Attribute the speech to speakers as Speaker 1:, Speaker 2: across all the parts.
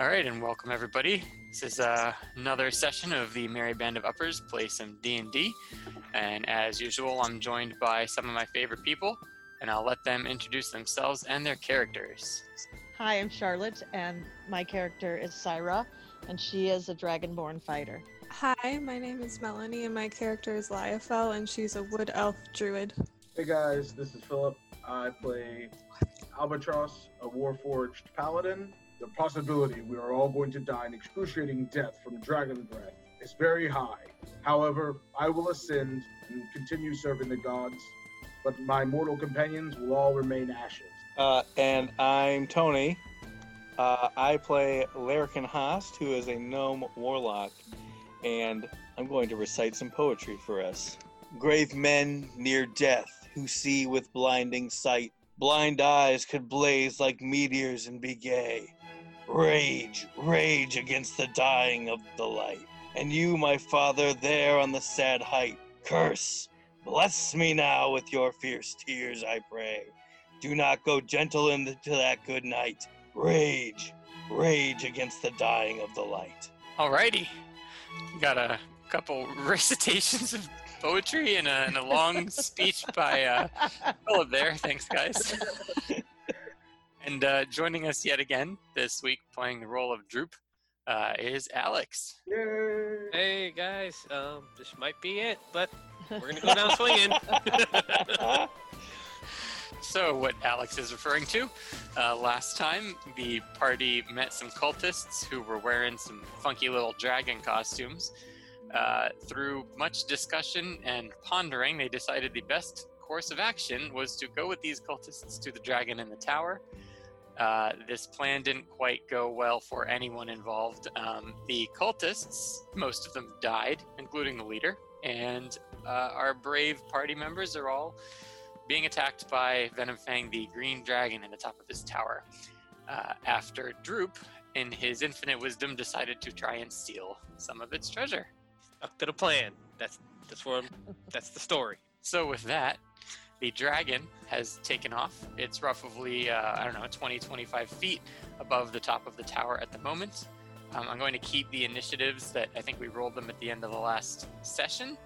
Speaker 1: All right, and welcome everybody. This is uh, another session of the Merry Band of Uppers play some D and D, and as usual, I'm joined by some of my favorite people, and I'll let them introduce themselves and their characters.
Speaker 2: Hi, I'm Charlotte, and my character is Syra, and she is a dragonborn fighter.
Speaker 3: Hi, my name is Melanie, and my character is Liafel, and she's a wood elf druid.
Speaker 4: Hey guys, this is Philip. I play Albatross, a warforged paladin. The possibility we are all going to die an excruciating death from dragon breath is very high. However, I will ascend and continue serving the gods, but my mortal companions will all remain ashes.
Speaker 5: Uh, and I'm Tony. Uh, I play Larrikin Hast, who is a gnome warlock, and I'm going to recite some poetry for us. Grave men near death who see with blinding sight, blind eyes could blaze like meteors and be gay. Rage, rage against the dying of the light. And you, my father, there on the sad height, curse, bless me now with your fierce tears, I pray. Do not go gentle into that good night. Rage, rage against the dying of the light.
Speaker 1: Alrighty, you got a couple recitations of poetry and a, and a long speech by uh, Philip there. Thanks, guys. and uh, joining us yet again this week, playing the role of Droop, uh, is Alex.
Speaker 4: Yay!
Speaker 6: Hey guys, um, this might be it, but we're gonna go down swinging.
Speaker 1: So, what Alex is referring to, uh, last time the party met some cultists who were wearing some funky little dragon costumes. Uh, through much discussion and pondering, they decided the best course of action was to go with these cultists to the dragon in the tower. Uh, this plan didn't quite go well for anyone involved. Um, the cultists, most of them died, including the leader, and uh, our brave party members are all being attacked by Venom Fang, the green dragon, in the top of his tower. Uh, after Droop, in his infinite wisdom, decided to try and steal some of its treasure.
Speaker 6: Up to the plan. That's that's where I'm, that's the story.
Speaker 1: So with that, the dragon has taken off. It's roughly, uh, I don't know, 20, 25 feet above the top of the tower at the moment. Um, I'm going to keep the initiatives that I think we rolled them at the end of the last session.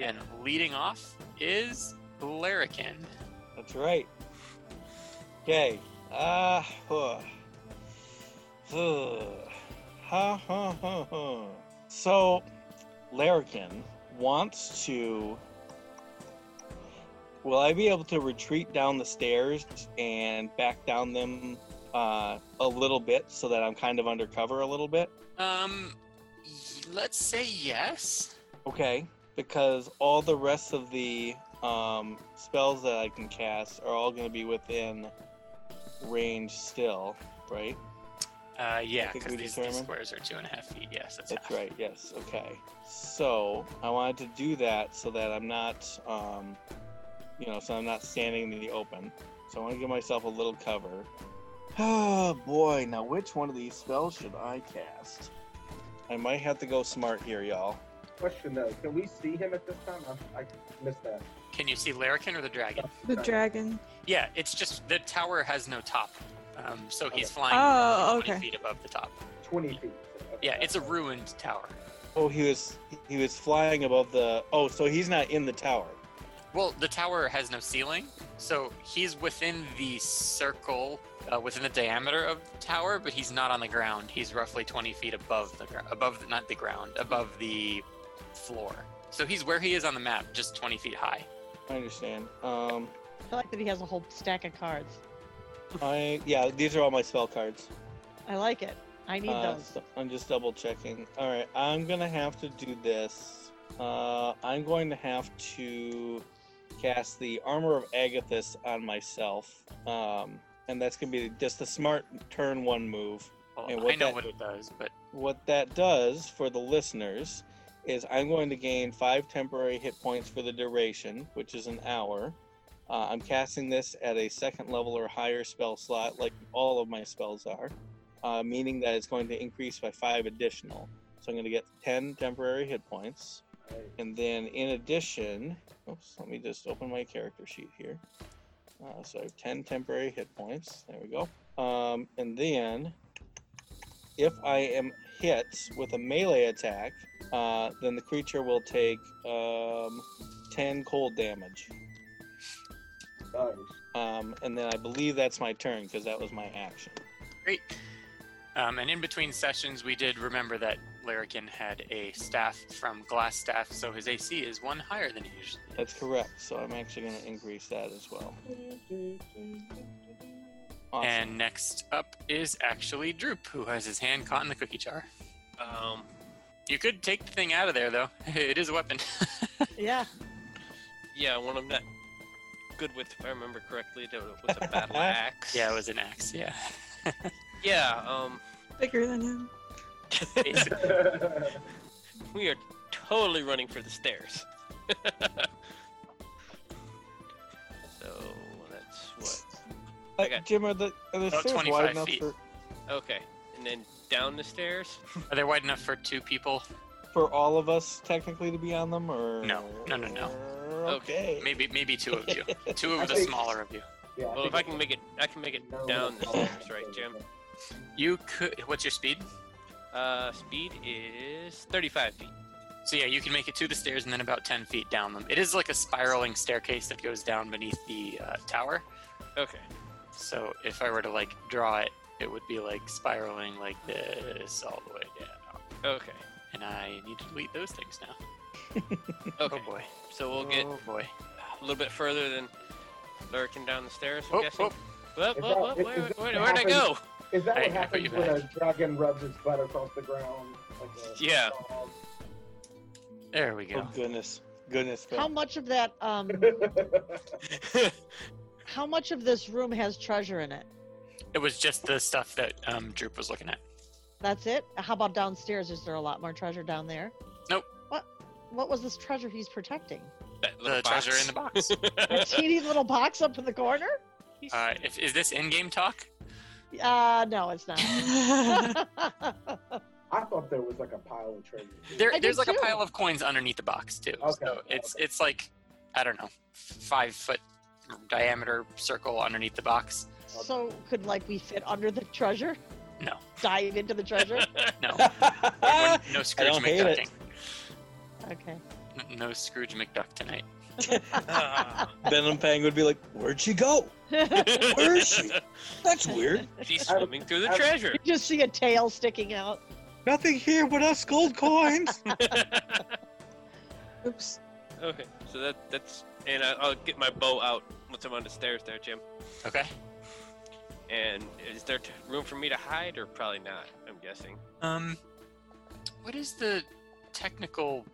Speaker 1: And leading off is Larrikin.
Speaker 5: That's right. Okay. Ah. huh. Ugh. Ha ha ha ha. So, Larrikin wants to. Will I be able to retreat down the stairs and back down them uh, a little bit so that I'm kind of undercover a little bit?
Speaker 1: Um, y- let's say yes.
Speaker 5: Okay, because all the rest of the um, spells that I can cast are all going to be within range still, right?
Speaker 1: Uh, yeah,
Speaker 5: I think
Speaker 1: because
Speaker 5: we
Speaker 1: these,
Speaker 5: determined.
Speaker 1: these squares are two and a half feet. Yes, that's,
Speaker 5: That's
Speaker 1: half.
Speaker 5: right. Yes. Okay. So I wanted to do that so that I'm not, um, you know, so I'm not standing in the open. So I want to give myself a little cover. Oh boy! Now which one of these spells should I cast? I might have to go smart here, y'all.
Speaker 4: Question though, can we see him at this time? I, I missed that.
Speaker 1: Can you see Larrikin or the dragon?
Speaker 3: The dragon.
Speaker 1: Yeah, it's just the tower has no top, um, so he's
Speaker 4: Okay.
Speaker 1: flying
Speaker 3: Oh,
Speaker 1: 20
Speaker 3: okay.
Speaker 1: feet above the top.
Speaker 4: 20 feet.
Speaker 1: Yeah, it's a ruined tower.
Speaker 5: Oh, he was he was flying above the. Oh, so he's not in the tower.
Speaker 1: Well, the tower has no ceiling, so he's within the circle, uh, within the diameter of the tower, but he's not on the ground. He's roughly 20 feet above the ground, above the, not the ground, above the floor. So he's where he is on the map, just 20 feet high.
Speaker 5: I understand. Um,
Speaker 2: I feel like that he has a whole stack of cards.
Speaker 5: I yeah, these are all my spell cards.
Speaker 2: I like it. I need
Speaker 5: Uh,
Speaker 2: those.
Speaker 5: so I'm just double checking. All right, I'm gonna have to do this. Uh, I'm going to have to cast the Armor of Agathis on myself, um, and that's gonna be just the smart turn one move.
Speaker 1: Well,
Speaker 5: And what
Speaker 1: I know
Speaker 5: that-
Speaker 1: what it does, but
Speaker 5: What that does for the listeners is I'm going to gain five temporary hit points for the duration, which is an hour. Uh, I'm casting this at a second level or higher spell slot, like all of my spells are, uh, meaning that it's going to increase by five additional. So I'm going to get 10 temporary hit points. And then in addition, oops, let me just open my character sheet here. Uh, so I have 10 temporary hit points. There we go. Um, and then If I am hit with a melee attack, uh, then the creature will take um, 10 cold damage.
Speaker 4: Nice.
Speaker 5: Um, and then I believe that's my turn because that was my action.
Speaker 1: Great. Um, and in between sessions, we did remember that Larrikin had a staff from Glass Staff, so his AC is one higher than he usually. is.
Speaker 5: That's correct. So I'm actually going to increase that as well. Awesome.
Speaker 1: And next up is actually Droop, who has his hand caught in the cookie jar.
Speaker 6: Um,
Speaker 1: You could take the thing out of there, though. It is a weapon.
Speaker 2: Yeah.
Speaker 6: yeah, one I'm not good with, if I remember correctly, that was a battle axe.
Speaker 1: yeah, it was an axe. Yeah.
Speaker 6: Yeah. Um,
Speaker 3: Bigger than him.
Speaker 1: Basically.
Speaker 6: we are totally running for the stairs. so that's
Speaker 5: Uh,
Speaker 6: okay.
Speaker 5: Jim, are the, are the
Speaker 1: About
Speaker 5: stairs
Speaker 1: 25
Speaker 5: wide enough
Speaker 1: feet.
Speaker 5: for,
Speaker 6: what. Okay, and then down the stairs.
Speaker 1: Are they wide enough for two people?
Speaker 5: for all of us technically to be on them? or
Speaker 1: No. No, no, no.
Speaker 5: Okay.
Speaker 1: Maybe, maybe two of you. Two
Speaker 4: I
Speaker 1: of the
Speaker 4: think-
Speaker 1: smaller of you.
Speaker 4: Yeah,
Speaker 6: Well, if I can make it, I can make it down the stairs, right, Jim?
Speaker 1: You could. What's your speed?
Speaker 6: Uh, speed is 35 feet.
Speaker 1: So yeah, you can make it to the stairs and then about ten feet down them. It is like a spiraling staircase that goes down beneath the uh, tower.
Speaker 6: Okay.
Speaker 1: So if I were to like draw it, it would be like spiraling like this all the way down.
Speaker 6: Okay.
Speaker 1: And I need to delete those things now.
Speaker 6: Okay.
Speaker 1: Oh boy.
Speaker 6: So we'll get
Speaker 1: Oh boy.
Speaker 6: a little bit further than lurking down the stairs. I'm
Speaker 1: Oh,
Speaker 6: guessing.
Speaker 1: oh.
Speaker 6: Whoop,
Speaker 4: Is
Speaker 6: whoop,
Speaker 4: that-
Speaker 6: whoop,
Speaker 4: is-
Speaker 6: where,
Speaker 4: is
Speaker 6: where,
Speaker 4: that
Speaker 6: where'd
Speaker 4: what
Speaker 6: I go?
Speaker 4: Is that
Speaker 1: I-
Speaker 4: what
Speaker 1: I put you
Speaker 4: happens when a dragon rubs its butt across the ground? Like a
Speaker 6: Yeah.
Speaker 4: dog?
Speaker 1: There we go.
Speaker 5: Oh, goodness. Goodness.
Speaker 2: How
Speaker 5: gracious.
Speaker 2: much of that? Um, how much of this room has treasure in it?
Speaker 1: It was just the stuff that um, Droop was looking at.
Speaker 2: That's it. How about downstairs? Is there a lot more treasure down there?
Speaker 1: Nope.
Speaker 2: What? What was this treasure he's protecting?
Speaker 6: That
Speaker 1: The
Speaker 6: little box.
Speaker 1: treasure in the box.
Speaker 2: A teeny little box up in the corner?
Speaker 1: uh, if, is this in-game talk?
Speaker 2: Uh, no, it's not.
Speaker 4: I thought there was like a pile of treasure.
Speaker 1: There,
Speaker 2: I did
Speaker 1: there's like
Speaker 2: too.
Speaker 1: a pile of coins underneath the box too.
Speaker 4: Okay,
Speaker 1: So it's it's like I don't know, five foot diameter circle underneath the box.
Speaker 2: so could like we fit under the treasure?
Speaker 1: No.
Speaker 2: Dive into the treasure?
Speaker 1: No,
Speaker 5: Ah!
Speaker 1: We're- no Scrooge
Speaker 5: hate it.
Speaker 1: McDucking.
Speaker 2: okay.
Speaker 1: N- No Scrooge McDuck tonight.
Speaker 6: Ah,
Speaker 5: Venom Fang would be like, Where'd she go? Where is she? That's weird.
Speaker 6: She's swimming through the treasure.
Speaker 2: You just see a tail sticking out.
Speaker 5: Nothing here but us gold coins.
Speaker 3: Oops.
Speaker 6: Okay. So that that's and I, I'll get my bow out once I'm on the stairs there, Jim.
Speaker 1: Okay.
Speaker 6: And is there t- room for me to hide or probably not? I'm guessing.
Speaker 1: Um, what is the technical?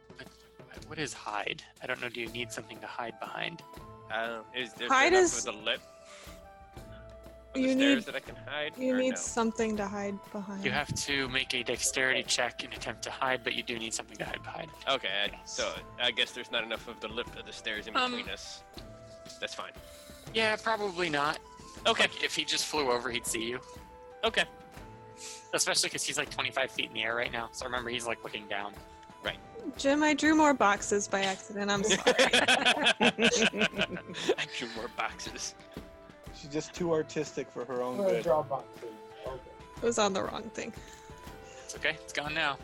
Speaker 1: What is hide? I don't know. Do you need something to hide behind?
Speaker 6: Uh, is there
Speaker 3: Hide
Speaker 6: enough
Speaker 3: is-
Speaker 6: with the lip? of
Speaker 3: You
Speaker 6: the
Speaker 3: need-
Speaker 6: stairs that I can hide.
Speaker 3: You
Speaker 6: or
Speaker 3: need
Speaker 6: no?
Speaker 3: something to hide behind.
Speaker 1: You have to make a dexterity check and attempt to hide, but you do need something to hide behind.
Speaker 6: Okay, I, so I guess there's not enough of the lip of the stairs in
Speaker 1: Um,
Speaker 6: between us. That's fine.
Speaker 1: Yeah, probably not.
Speaker 6: Okay,
Speaker 1: Like, if he just flew over, he'd see you.
Speaker 6: okay.
Speaker 1: Especially because he's like 25 feet in the air right now. So remember, he's like looking down.
Speaker 3: Jim, I drew more boxes by accident. I'm sorry.
Speaker 6: I drew more boxes.
Speaker 5: She's just too artistic for her
Speaker 4: I'm
Speaker 5: own
Speaker 4: gonna
Speaker 5: good.
Speaker 4: draw boxes. Okay.
Speaker 3: it was on the wrong thing.
Speaker 1: It's okay. It's gone now.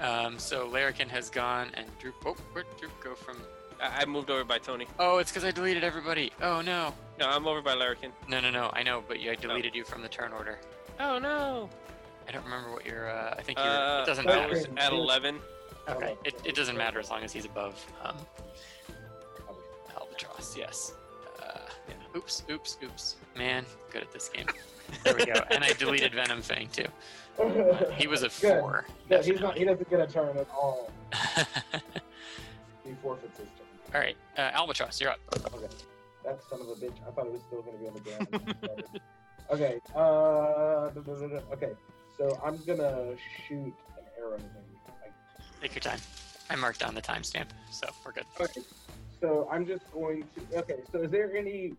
Speaker 1: Um, so Larrikin has gone, and Droop. Oh, where'd Droop go from?
Speaker 6: I, I moved over by Tony.
Speaker 1: Oh, it's because I deleted everybody. Oh no.
Speaker 6: No, I'm over by Larrikin.
Speaker 1: No, no, no. I know, but you, I deleted you from the turn order.
Speaker 6: Oh no! I
Speaker 1: I don't remember what your. Uh, I think you're,
Speaker 6: Uh,
Speaker 1: it doesn't
Speaker 4: that
Speaker 1: matter.
Speaker 6: was at 11.
Speaker 1: Okay. It, it doesn't matter as long as he's above um, Albatross. Yes. Uh, yeah. Oops. Oops. Oops. Man, good at this game. There we go. And I deleted Venom Fang too. He was a
Speaker 4: Good.
Speaker 1: four.
Speaker 4: Yeah, he's not. He doesn't get a turn at all.
Speaker 1: definitely.
Speaker 4: He forfeits his turn.
Speaker 1: All right, uh, Albatross, you're up.
Speaker 4: Okay. That son of a bitch. I thought it was still gonna be on the ground. okay. Uh. da- da- da- da. Okay. So I'm gonna shoot an arrow. Maybe. Like,
Speaker 1: Take your time. I marked down the timestamp, so we're good.
Speaker 4: Okay. So I'm just going to. Okay. So is there any?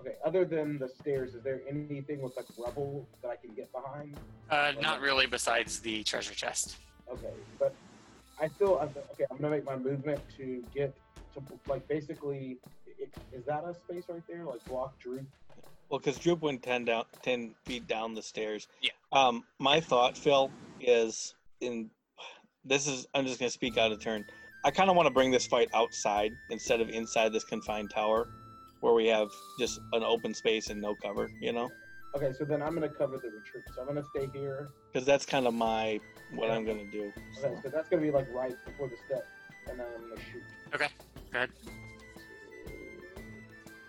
Speaker 4: Okay. Other than the stairs, is there anything with like rubble that I can get behind?
Speaker 1: Uh, not really, besides the treasure chest.
Speaker 4: Okay. But I still. I th- Okay. I'm gonna make my movement to get to like basically. i- Is that a space right there? Like block Drew?
Speaker 5: Well, because Droop went ten down, ten feet down the stairs.
Speaker 6: Yeah.
Speaker 5: Um, my thought, Phil, is in. This is. I'm just gonna speak out of turn. I kind of want to bring this fight outside instead of inside this confined tower, where we have just an open space and no cover. You know,
Speaker 4: Okay, so then I'm gonna cover the retreat. So I'm gonna stay here.
Speaker 5: because that's kind of my what I'm gonna do.
Speaker 4: Okay, so that's gonna be like right before the step, and then I'm gonna shoot.
Speaker 1: Okay, go ahead.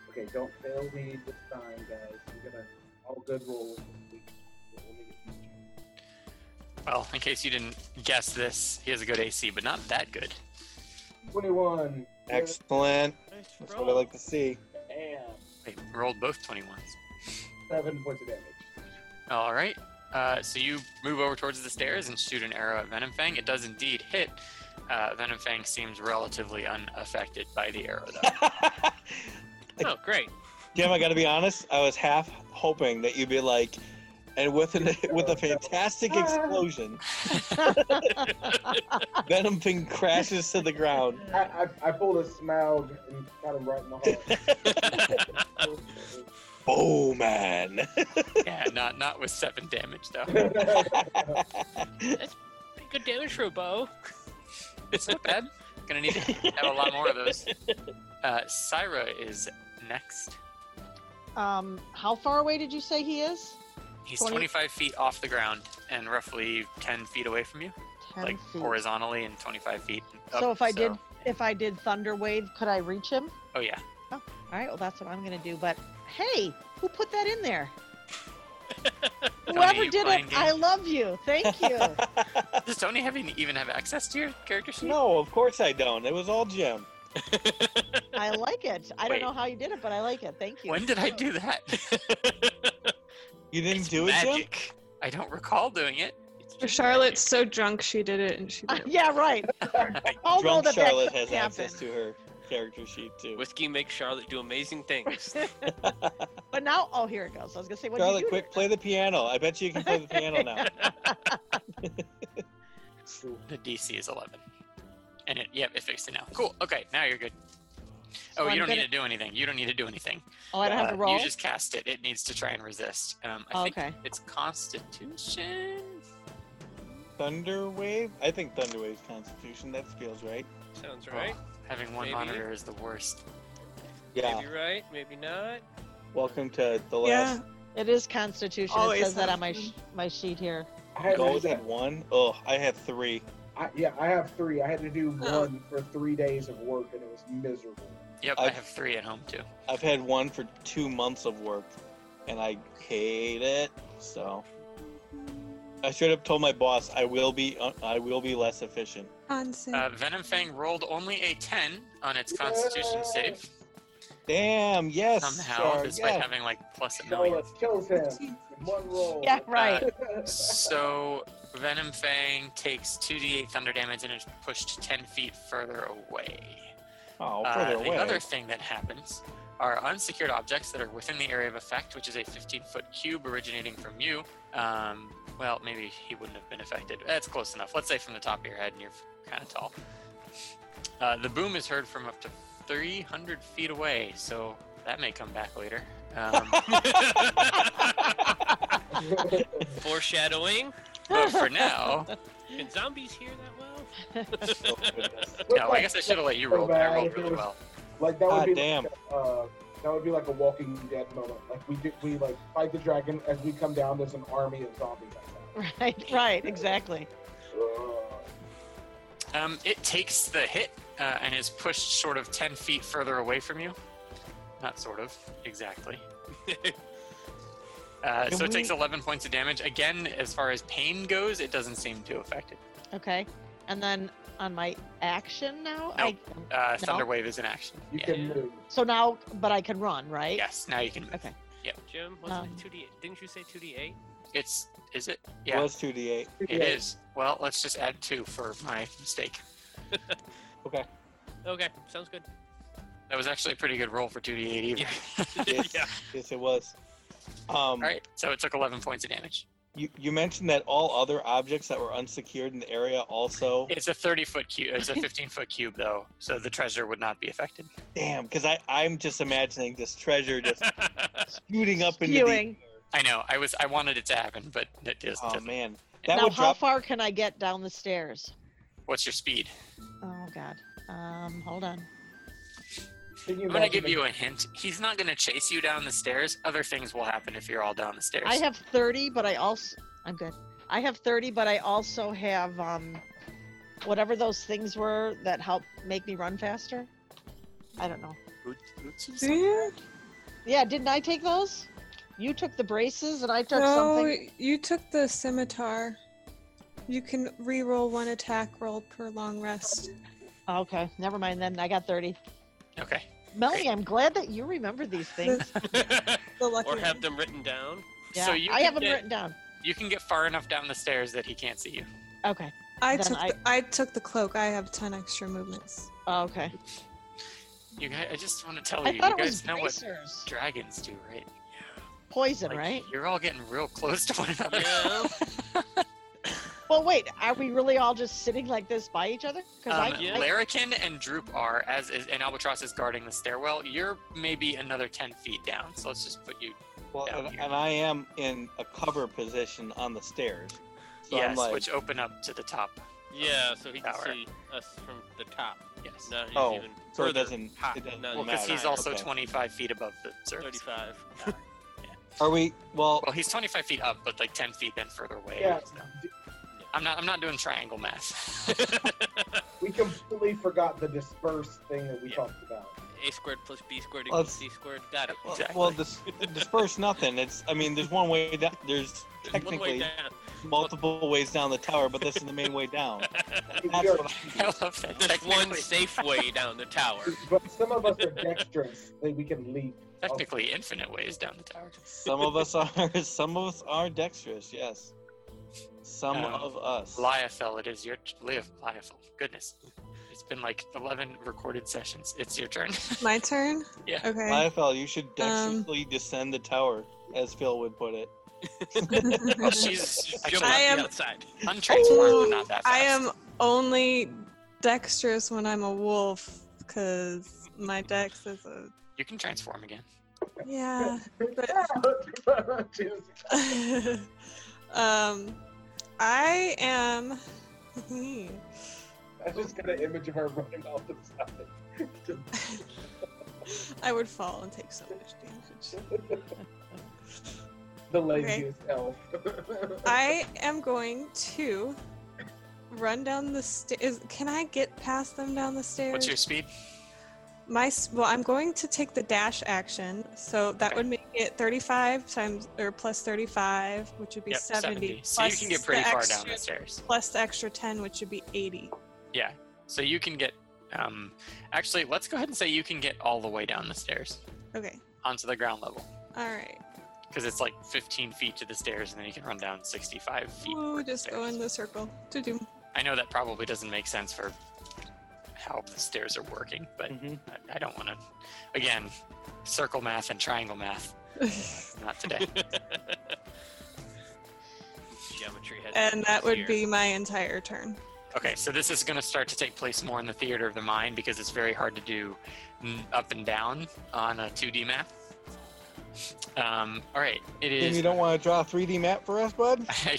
Speaker 4: Okay, don't fail me this time, guys. I'm gonna all good rolls this week. So let me get these two.
Speaker 1: Well, in case you didn't guess this, he has a good AC, but not that good.
Speaker 4: 21.
Speaker 5: Excellent.
Speaker 7: Nice
Speaker 5: That's
Speaker 7: roll.
Speaker 5: what I like to see.
Speaker 4: And
Speaker 1: Wait, rolled both 21s.
Speaker 4: seven points of damage.
Speaker 1: All right. Uh, so you move over towards the stairs and shoot an arrow at Venomfang. It does indeed hit. Uh, Venomfang seems relatively unaffected by the arrow, though.
Speaker 6: Oh, great.
Speaker 5: Jim, I gotta be honest. I was half hoping that you'd be like, and with an with a fantastic explosion, Venom Thing crashes to the ground.
Speaker 4: I, I, I pulled a smaug and got him right in the heart.
Speaker 5: Oh man!
Speaker 1: yeah, not not with seven damage though.
Speaker 7: Pretty good damage for a bow.
Speaker 1: It's not bad. Gonna need to have a lot more of those. Uh, Syra is next.
Speaker 2: Um, how far away did you say he is?
Speaker 1: He's
Speaker 2: 20.
Speaker 1: 25 feet off the ground and roughly 10 feet away from you,
Speaker 2: Ten
Speaker 1: like
Speaker 2: feet.
Speaker 1: horizontally and 25 feet. Up,
Speaker 2: So if I did, if I did thunder wave, could I reach him?
Speaker 1: oh yeah,
Speaker 2: All right, well that's what I'm gonna do. But hey, who put that in there?
Speaker 1: Tony,
Speaker 2: Whoever
Speaker 1: you
Speaker 2: did it,
Speaker 1: playing
Speaker 2: I
Speaker 1: games?
Speaker 2: love you. Thank you.
Speaker 1: Does Tony have any, even have access to your character sheet?
Speaker 5: no, of course I don't. It was all Jim.
Speaker 2: I like it. I don't
Speaker 1: Wait.
Speaker 2: know how you did it, but I like it. Thank you.
Speaker 1: When did I do that?
Speaker 5: You didn't
Speaker 1: It's
Speaker 5: do it, Jim.
Speaker 1: magic. I don't recall doing it. It's just
Speaker 3: Charlotte's so drunk she did it and she
Speaker 2: Uh,
Speaker 3: did
Speaker 2: yeah, right.
Speaker 1: magic.
Speaker 2: Oh no,
Speaker 5: Drunk
Speaker 2: that
Speaker 5: Charlotte
Speaker 2: that
Speaker 5: has
Speaker 2: could
Speaker 5: access
Speaker 2: happen.
Speaker 5: to her character sheet too.
Speaker 6: Whiskey makes Charlotte do amazing things.
Speaker 2: But now, oh, here it goes. I was gonna say, what did
Speaker 5: Charlotte,
Speaker 2: you do?
Speaker 5: quick, play the piano. I bet you can play the piano now.
Speaker 1: The DC is 11. And it, yep, it fixed it now. Cool. Okay, now you're good. Oh,
Speaker 2: So
Speaker 1: you
Speaker 2: I'm
Speaker 1: don't
Speaker 2: gonna-
Speaker 1: need to do anything. You don't need to do anything.
Speaker 2: Oh, I don't have
Speaker 1: Uh,
Speaker 2: to roll.
Speaker 1: You just cast it. It needs to try and resist. Um, I
Speaker 2: Oh,
Speaker 1: think
Speaker 2: okay.
Speaker 1: it's Constitution.
Speaker 5: Thunderwave. I think Thunderwave's Constitution. That feels right.
Speaker 6: Sounds
Speaker 1: Oh,
Speaker 6: right.
Speaker 1: having one
Speaker 6: Maybe.
Speaker 1: monitor is the worst.
Speaker 5: Yeah.
Speaker 6: Maybe right, maybe not.
Speaker 5: Welcome to the
Speaker 3: it.
Speaker 5: last
Speaker 3: Yeah.
Speaker 2: It is Constitution.
Speaker 3: Always
Speaker 2: it says that
Speaker 3: has
Speaker 2: on my
Speaker 3: been.
Speaker 2: sh- my sheet here.
Speaker 4: I had to do
Speaker 5: Goals
Speaker 4: that.
Speaker 5: at one. Oh, I have three.
Speaker 4: I, yeah, I have three. I had to do
Speaker 3: Oh.
Speaker 4: one for three days of work, and it was miserable.
Speaker 1: Yep, I
Speaker 5: I-
Speaker 1: have three at home too.
Speaker 5: I've had one for two months of work, and I hate it. So I straight up told my boss I will be uh, I will be less efficient.
Speaker 3: Hansen.
Speaker 1: Uh, Venomfang rolled only a 10 on its Constitution
Speaker 4: Yes.
Speaker 1: save
Speaker 5: Damn. Yes.
Speaker 1: somehow,
Speaker 5: Char,
Speaker 1: despite
Speaker 5: yes.
Speaker 1: having like plus a million.
Speaker 4: Charlotte kills him
Speaker 3: Fifteen.
Speaker 4: in one roll.
Speaker 2: Yeah, right.
Speaker 5: Uh,
Speaker 1: So Venom Fang takes 2d8 thunder damage and is pushed 10 feet further away.
Speaker 5: oh,
Speaker 1: Uh,
Speaker 5: further
Speaker 1: the
Speaker 5: away.
Speaker 1: other thing that happens are unsecured objects that are within the area of effect, which is a 15 foot cube originating from you. Um, well, maybe he wouldn't have been affected. That's close enough. Let's say from the top of your head, and you're kind of tall. Uh, the boom is heard from up to 300 feet away, so that may come back later. Um,
Speaker 6: Foreshadowing.
Speaker 1: but for now,
Speaker 6: Can zombies hear that well?
Speaker 5: Oh, goodness.
Speaker 1: no, I guess I should have let you roll, but I rolled really well.
Speaker 4: Like that would
Speaker 5: Ah,
Speaker 4: be
Speaker 5: damn.
Speaker 4: Like a, uh, that would be like a Walking Dead moment. Like we did, we like fight the dragon as we come down. There's an army of zombies. outside.
Speaker 2: Right, right, exactly.
Speaker 4: Ugh.
Speaker 1: Um, it takes the hit uh, and is pushed sort of 10 feet further away from you. Not sort of, exactly. uh,
Speaker 5: Can
Speaker 1: so it takes
Speaker 5: we-
Speaker 1: 11 points of damage. Again, as far as pain goes, it doesn't seem too affected.
Speaker 2: Okay, and then on my action now,
Speaker 1: No.
Speaker 2: I
Speaker 1: Uh,
Speaker 2: No?
Speaker 1: Thunder Wave is an action.
Speaker 4: You
Speaker 1: Yeah.
Speaker 4: can move.
Speaker 2: so now, but I can run, right?
Speaker 1: Yes, now you can move.
Speaker 2: Okay.
Speaker 6: Jim, wasn't
Speaker 2: Um,
Speaker 6: it 2D8? Didn't you say 2D8?
Speaker 1: It's, is it? Yeah,
Speaker 5: Was two d eight.
Speaker 1: it is. Well, let's just add two for my mistake.
Speaker 5: Okay.
Speaker 6: Okay, sounds good.
Speaker 1: That was actually a pretty good roll for 2d8 either.
Speaker 5: Yes, yes, it was. Um,
Speaker 1: All right, so it took 11 points of damage.
Speaker 5: You, you mentioned that all other objects that were unsecured in the area also.
Speaker 1: It's a 30 foot cube. It's a 15 foot cube, though, so the treasure would not be affected.
Speaker 5: Damn, because I'm just imagining this treasure just shooting up into the.
Speaker 2: Spewing.
Speaker 1: I know. I was. I wanted it to happen, but it just
Speaker 5: Oh
Speaker 1: doesn't.
Speaker 5: man, that
Speaker 2: now,
Speaker 5: would
Speaker 2: how
Speaker 5: drop.
Speaker 2: far can I get down the stairs?
Speaker 1: What's your speed?
Speaker 2: Oh God. Um, hold on.
Speaker 4: Can you
Speaker 1: I'm gonna
Speaker 4: imagine
Speaker 1: give you a hint. He's not gonna chase you down the stairs. Other things will happen if you're all down the stairs.
Speaker 2: I have 30, but I also I'm good. I have 30, but I also have um whatever those things were that help make me run faster. I don't know.
Speaker 3: Do you?
Speaker 2: Yeah, didn't I take those? You took the braces and I took
Speaker 3: no,
Speaker 2: something.
Speaker 3: Oh, you took the scimitar. You can re-roll one attack roll per long rest.
Speaker 2: Oh, Okay, never mind then. I got 30.
Speaker 1: Okay.
Speaker 2: Melanie, I'm glad that you remember these things.
Speaker 3: The lucky
Speaker 6: or have
Speaker 3: one.
Speaker 6: them written down.
Speaker 2: Yeah,
Speaker 1: So you
Speaker 2: I
Speaker 1: can
Speaker 2: have them
Speaker 1: get-
Speaker 2: written down.
Speaker 1: You can get far enough down the stairs that he can't see you.
Speaker 2: Okay.
Speaker 3: I
Speaker 2: then
Speaker 3: took
Speaker 2: I-
Speaker 3: the, I took the cloak. I have ten extra movements.
Speaker 2: Oh, Okay.
Speaker 1: You guys, I just want to tell
Speaker 2: I
Speaker 1: Oh, you,
Speaker 2: thought
Speaker 1: you
Speaker 2: it was
Speaker 1: guys know what
Speaker 2: bracers.
Speaker 1: dragons do, right?
Speaker 2: Poison,
Speaker 1: Like,
Speaker 2: right?
Speaker 1: You're all getting real close to one another.
Speaker 6: Yeah.
Speaker 2: Well, wait, are we really all just sitting like this by each other? Because
Speaker 1: Um,
Speaker 2: I,
Speaker 6: yeah.
Speaker 2: I
Speaker 1: Larrikin and Droop are, as is, and Albatross is guarding the stairwell. You're maybe another ten feet down, so let's just put you.
Speaker 5: Well,
Speaker 1: down
Speaker 5: and,
Speaker 1: here.
Speaker 5: and I am in a cover position on the stairs. So I'm
Speaker 1: yes,
Speaker 5: like,
Speaker 1: which open up to the top.
Speaker 6: Yeah, so he can
Speaker 1: Tower.
Speaker 6: see us from the top.
Speaker 1: Yes.
Speaker 6: Now he's
Speaker 5: Oh,
Speaker 6: even
Speaker 5: so it
Speaker 6: further
Speaker 5: doesn't-
Speaker 6: high-
Speaker 5: it doesn't
Speaker 6: now
Speaker 1: Well,
Speaker 5: really
Speaker 1: because
Speaker 5: matter.
Speaker 1: he's also
Speaker 5: Okay.
Speaker 1: 25 feet above the surface.
Speaker 6: 35.
Speaker 5: are we? Well,
Speaker 1: Well, he's 25 feet up, but like 10 feet then further away.
Speaker 4: Yeah.
Speaker 1: so. I'm not. I'm not doing triangle math.
Speaker 4: We completely forgot the dispersed thing that we
Speaker 6: Yeah.
Speaker 4: talked about.
Speaker 6: A squared plus B squared
Speaker 5: Well,
Speaker 6: equals C squared. Got it.
Speaker 5: well-
Speaker 1: exactly.
Speaker 5: well, dis- disperse nothing. It's. I mean, there's one way down. There's
Speaker 6: One way
Speaker 5: technically
Speaker 6: down.
Speaker 5: multiple ways down the tower, but this is the main way down. That's
Speaker 4: We are-
Speaker 5: what I-
Speaker 1: I love that.
Speaker 6: There's one
Speaker 1: Technically-
Speaker 6: safe way down the tower.
Speaker 4: but some of us are dexterous. Like we can leap.
Speaker 1: technically infinite ways down the tower.
Speaker 5: some of us are. Some of us are dexterous. Yes. Some
Speaker 1: Um,
Speaker 5: of us.
Speaker 1: Liafel, it is your Liaf, Liafel. Goodness, it's been like 11 recorded sessions. It's your turn.
Speaker 3: My turn.
Speaker 1: Yeah.
Speaker 3: Okay.
Speaker 5: Liefel, you should dexterously descend the tower, as Phil would put it.
Speaker 1: well, she's
Speaker 6: Jump
Speaker 1: actually
Speaker 6: out
Speaker 3: I am-
Speaker 6: the outside.
Speaker 1: untransformed, but not that fast.
Speaker 3: I am only dexterous when I'm a wolf because my dex is a
Speaker 1: You can transform again.
Speaker 3: yeah.
Speaker 4: Jesus.
Speaker 3: um, I am.
Speaker 4: I just got an image of her running off the side.
Speaker 3: I would fall and take so much damage.
Speaker 4: The laziest elf.
Speaker 3: I am going to run down the stairs. Can I get past them down the stairs?
Speaker 1: What's your speed?
Speaker 3: My s- well, I'm going to take the dash action, so that
Speaker 1: Okay.
Speaker 3: would make it 35 times or plus 35, which would be
Speaker 1: Yep,
Speaker 3: 70.
Speaker 1: So you
Speaker 3: plus
Speaker 1: can get
Speaker 3: the
Speaker 1: pretty far
Speaker 3: extra-
Speaker 1: down the stairs.
Speaker 3: Plus the extra 10, which would be 80.
Speaker 1: So you can get. Um, actually, let's go ahead and say you can get all the way down the stairs
Speaker 3: Okay,
Speaker 1: onto the ground level
Speaker 3: all right.
Speaker 1: because it's like 15 feet to the stairs, and then you can run down 65 feet.
Speaker 3: Ooh,
Speaker 1: worth of
Speaker 3: just go
Speaker 1: stairs.
Speaker 3: in the circle. To
Speaker 1: I know that probably doesn't make sense for how the stairs are working, but
Speaker 5: Mhm.
Speaker 1: I, I don't want to. Again, circle math and triangle math. Not today.
Speaker 6: Geometry has
Speaker 3: And that would
Speaker 6: here.
Speaker 3: be my entire turn.
Speaker 1: okay, so this is going to start to take place more in the theater of the mind because it's very hard to do mm, up and down on a 2D map. Um, all right, it
Speaker 5: And
Speaker 1: is.
Speaker 5: you don't want to draw a 3D map for us, bud?
Speaker 1: I,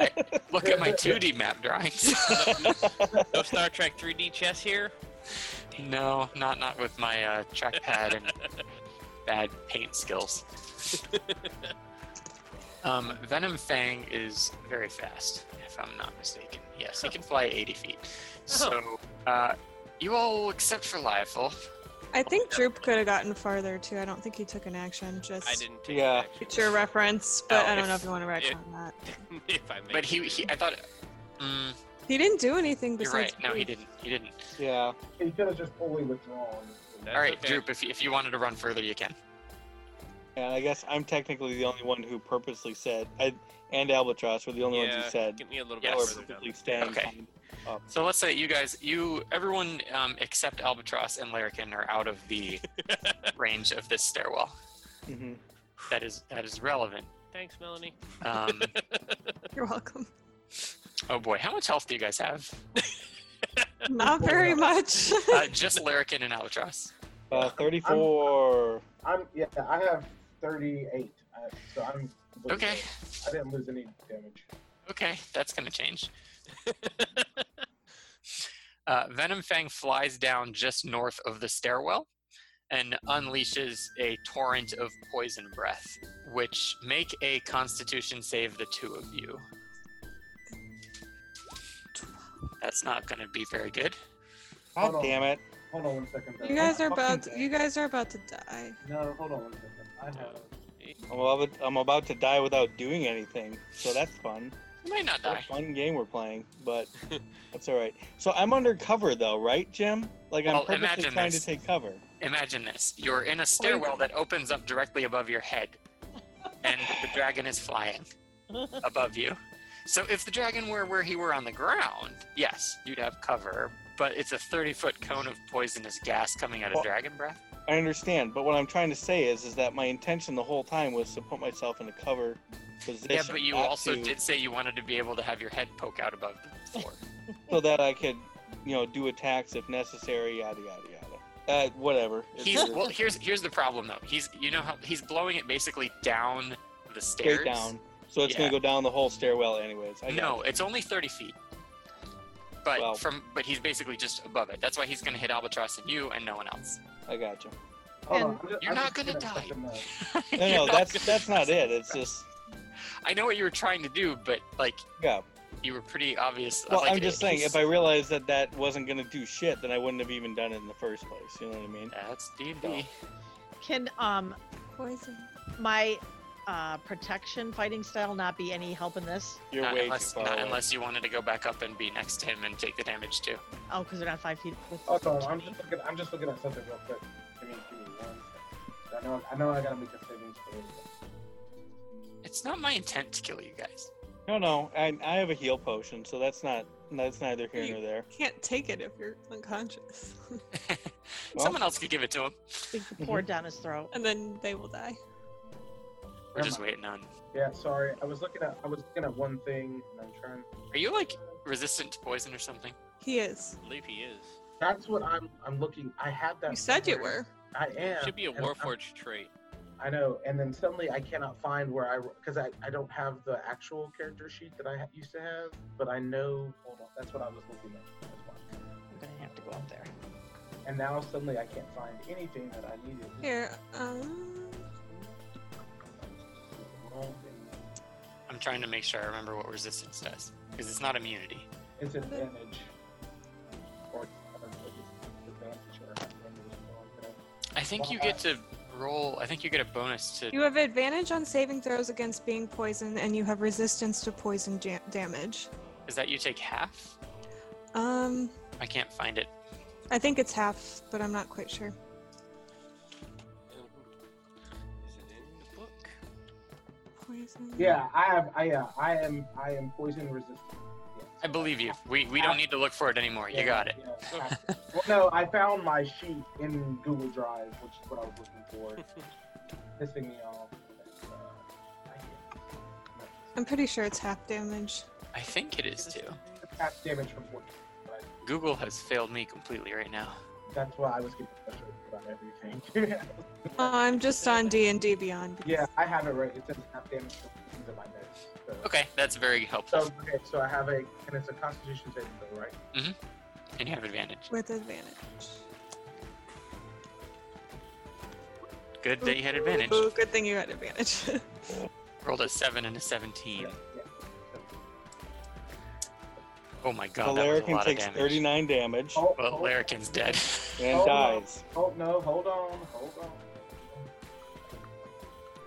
Speaker 1: I look at my 2D map drawings.
Speaker 6: No Star Trek 3D chess here.
Speaker 1: no, not not with my uh, trackpad and bad paint skills. um, Venom Fang is very fast, if I'm not mistaken. Yes, he can fly 80 feet. So, uh, you all, except for Liefel,
Speaker 3: I think Droop could have gotten farther too. I don't think he took an action. Just
Speaker 6: I didn't take
Speaker 5: Yeah.
Speaker 6: action.
Speaker 3: it's your reference, but
Speaker 1: Oh,
Speaker 3: I don't know
Speaker 1: if-
Speaker 3: if you want to react
Speaker 6: if-
Speaker 3: on that.
Speaker 6: if I may.
Speaker 1: but he, he I thought. Mm,
Speaker 3: He didn't do anything
Speaker 1: you're
Speaker 3: besides.
Speaker 1: right. No, he
Speaker 3: move.
Speaker 1: didn't. He didn't.
Speaker 5: Yeah.
Speaker 4: he could have just fully withdrawn.
Speaker 6: That's
Speaker 1: All right,
Speaker 6: okay.
Speaker 1: Droop. If you, if you wanted to run further, you can.
Speaker 5: And I guess I'm technically the only one who purposely said, I, and Albatross were the only ones
Speaker 6: Yeah,
Speaker 5: who said,
Speaker 6: Get me a little
Speaker 5: "Oh,
Speaker 6: bit
Speaker 5: we're
Speaker 1: Yes.
Speaker 6: further down.
Speaker 5: perfectly staying
Speaker 1: Okay.
Speaker 5: kind up."
Speaker 1: So let's say you guys, you, everyone um, except Albatross and Larrikin are out of the range of this stairwell.
Speaker 5: Mhm.
Speaker 1: That is that is relevant.
Speaker 7: Thanks, Melanie.
Speaker 1: Um,
Speaker 3: You're welcome.
Speaker 1: oh boy, how much health do you guys have?
Speaker 3: Not very much.
Speaker 1: Uh, just Larrikin and Albatross.
Speaker 5: Uh, 34.
Speaker 4: I'm yeah. I have 38. Uh, so I'm.
Speaker 1: Okay,
Speaker 4: I didn't lose any damage.
Speaker 1: okay, that's gonna change. uh, Venom Fang flies down just north of the stairwell and unleashes a torrent of poison breath, which make a Constitution save the two of you. That's not gonna be very good.
Speaker 5: God
Speaker 4: Hold on.
Speaker 5: damn it.
Speaker 4: Hold on one second. though.
Speaker 3: You guys are
Speaker 4: I'm
Speaker 3: about.
Speaker 4: fucking
Speaker 3: you
Speaker 4: dead.
Speaker 3: guys are about to die.
Speaker 4: No, hold on one second. I have.
Speaker 5: I'm about, I'm about to die without doing anything. So that's fun.
Speaker 1: You might not
Speaker 5: What a
Speaker 1: die.
Speaker 5: fun game we're playing, but that's all right. So I'm undercover though, right, Jim? Like I'm
Speaker 1: Well,
Speaker 5: purposely
Speaker 1: imagine
Speaker 5: trying
Speaker 1: this.
Speaker 5: to take cover.
Speaker 1: Imagine this. You're in a stairwell that opens up directly above your head, and the dragon is flying above you. So if the dragon were where he were on the ground, yes, you'd have cover, but it's a 30 foot cone of poisonous gas coming out of
Speaker 5: Well-
Speaker 1: dragon breath.
Speaker 5: I understand, but what I'm trying to say is, is that my intention the whole time was to put myself in a cover position.
Speaker 1: Yeah, but you
Speaker 5: not
Speaker 1: also
Speaker 5: to-
Speaker 1: did say you wanted to be able to have your head poke out above the floor.
Speaker 5: so that I could, you know, do attacks if necessary. Yada yada yada. Uh, whatever. It's
Speaker 1: He's
Speaker 5: weird.
Speaker 1: well. Here's here's the problem though. He's you know how he's blowing it basically down the stairs.
Speaker 5: straight down, so it's
Speaker 1: Yeah.
Speaker 5: gonna go down the whole stairwell, anyways. I got
Speaker 1: No,
Speaker 5: it.
Speaker 1: it's only thirty feet. But
Speaker 5: Well-
Speaker 1: from but he's basically just above it. That's why he's gonna hit Albatross and you and no one else.
Speaker 5: I got you.
Speaker 4: Hold on.
Speaker 2: And-
Speaker 4: I'm just-
Speaker 1: You're
Speaker 4: I'm
Speaker 1: not
Speaker 4: just
Speaker 1: gonna
Speaker 4: gonna
Speaker 1: die.
Speaker 4: fucking, uh,
Speaker 5: No, no, that's that's not it. It's just
Speaker 1: I know what you were trying to do, but like
Speaker 5: yeah.
Speaker 1: you were pretty obvious.
Speaker 5: Well,
Speaker 1: like,
Speaker 5: I'm just
Speaker 1: it-
Speaker 5: saying, if I realized that that wasn't gonna do shit, then I wouldn't have even done it in the first place. You know what I mean?
Speaker 1: that's D and D.
Speaker 2: Can um
Speaker 3: Poison.
Speaker 2: my uh protection fighting style not be any help in this?
Speaker 5: You're
Speaker 1: Not
Speaker 5: way
Speaker 1: unless,
Speaker 5: too far.
Speaker 1: not
Speaker 5: away.
Speaker 1: unless you wanted to go back up and be next to him and take the damage too.
Speaker 2: Oh, because they're not five feet. With
Speaker 4: Hold on. I'm just looking. I'm just looking at something real quick. Give me, give me one second. I know. I know. I gotta make a saving throw.
Speaker 1: It's not my intent to kill you guys.
Speaker 5: No, no, I, I have a heal potion, so that's not that's neither here
Speaker 3: You-
Speaker 5: nor there.
Speaker 3: Can't take it if you're unconscious,
Speaker 5: Well,
Speaker 1: Someone else could give it to him.
Speaker 2: Big pour down his throat.
Speaker 3: and then they will die.
Speaker 1: We're
Speaker 4: Never
Speaker 1: just
Speaker 4: mind.
Speaker 1: waiting on.
Speaker 4: Yeah. Sorry. I was looking at. I was looking at one thing, and I'm trying.
Speaker 1: Are you like resistant to poison or something?
Speaker 3: He is.
Speaker 6: I believe he is.
Speaker 4: That's what I'm. I'm looking. I had that.
Speaker 3: You said you
Speaker 4: somewhere.
Speaker 3: were.
Speaker 4: I am.
Speaker 6: Should be a
Speaker 4: and I'm-
Speaker 6: Warforged trait.
Speaker 4: I know, and then suddenly I cannot find where I because I, I don't have the actual character sheet that I ha- used to have, but I know. Hold on, that's what I was looking at. That's why.
Speaker 2: I'm gonna have to go up there.
Speaker 4: And now suddenly I can't find anything that I needed.
Speaker 3: Here. Um.
Speaker 4: Wrong thing.
Speaker 1: I'm trying to make sure I remember what resistance does because it's not immunity.
Speaker 4: It's advantage. Or I don't know if it's advantage or advantage or whatever.
Speaker 1: I think you
Speaker 4: Well,
Speaker 1: get to roll. I think you get a bonus to.
Speaker 3: You have advantage on saving throws against being poisoned, and you have resistance to poison ja- damage.
Speaker 1: Is that you take half?
Speaker 3: Um,
Speaker 1: I can't find it.
Speaker 3: I think it's half, but I'm not quite sure.
Speaker 6: Is it in the book?
Speaker 3: Poison.
Speaker 4: Yeah, I have. I yeah, I am. I am poison resistant. Yes.
Speaker 1: I believe you. We we don't need to look for it anymore. You
Speaker 4: Yeah,
Speaker 1: got it.
Speaker 4: yeah, I- well, no, I found my sheet in Google Drive, which is what I was looking for. Pissing me off. Uh, I
Speaker 3: I'm pretty sure it's half damage.
Speaker 1: I think it is too.
Speaker 4: get half damage from working. but
Speaker 1: Google has failed me completely right now.
Speaker 4: That's why I was getting frustrated about everything.
Speaker 3: Oh, I'm just on D and D Beyond. because-
Speaker 4: yeah, I have it right. It says half damage from working in my notes. So.
Speaker 1: Okay, that's very helpful.
Speaker 4: So okay, so I have a, and it's a Constitution saving throw, right?
Speaker 1: And you have advantage.
Speaker 3: With advantage.
Speaker 1: Good that you had advantage.
Speaker 3: Ooh, good thing you had advantage.
Speaker 1: Rolled a seven and a seventeen.
Speaker 4: Yeah, yeah.
Speaker 1: Oh my god, that was a
Speaker 5: Valerian
Speaker 1: lot of
Speaker 5: takes
Speaker 1: damage.
Speaker 5: 39 damage
Speaker 4: Oh,
Speaker 1: Well,
Speaker 4: oh,
Speaker 1: Larrikin's dead.
Speaker 5: and
Speaker 4: Oh, no.
Speaker 5: dies.
Speaker 4: oh no! Hold on, hold on.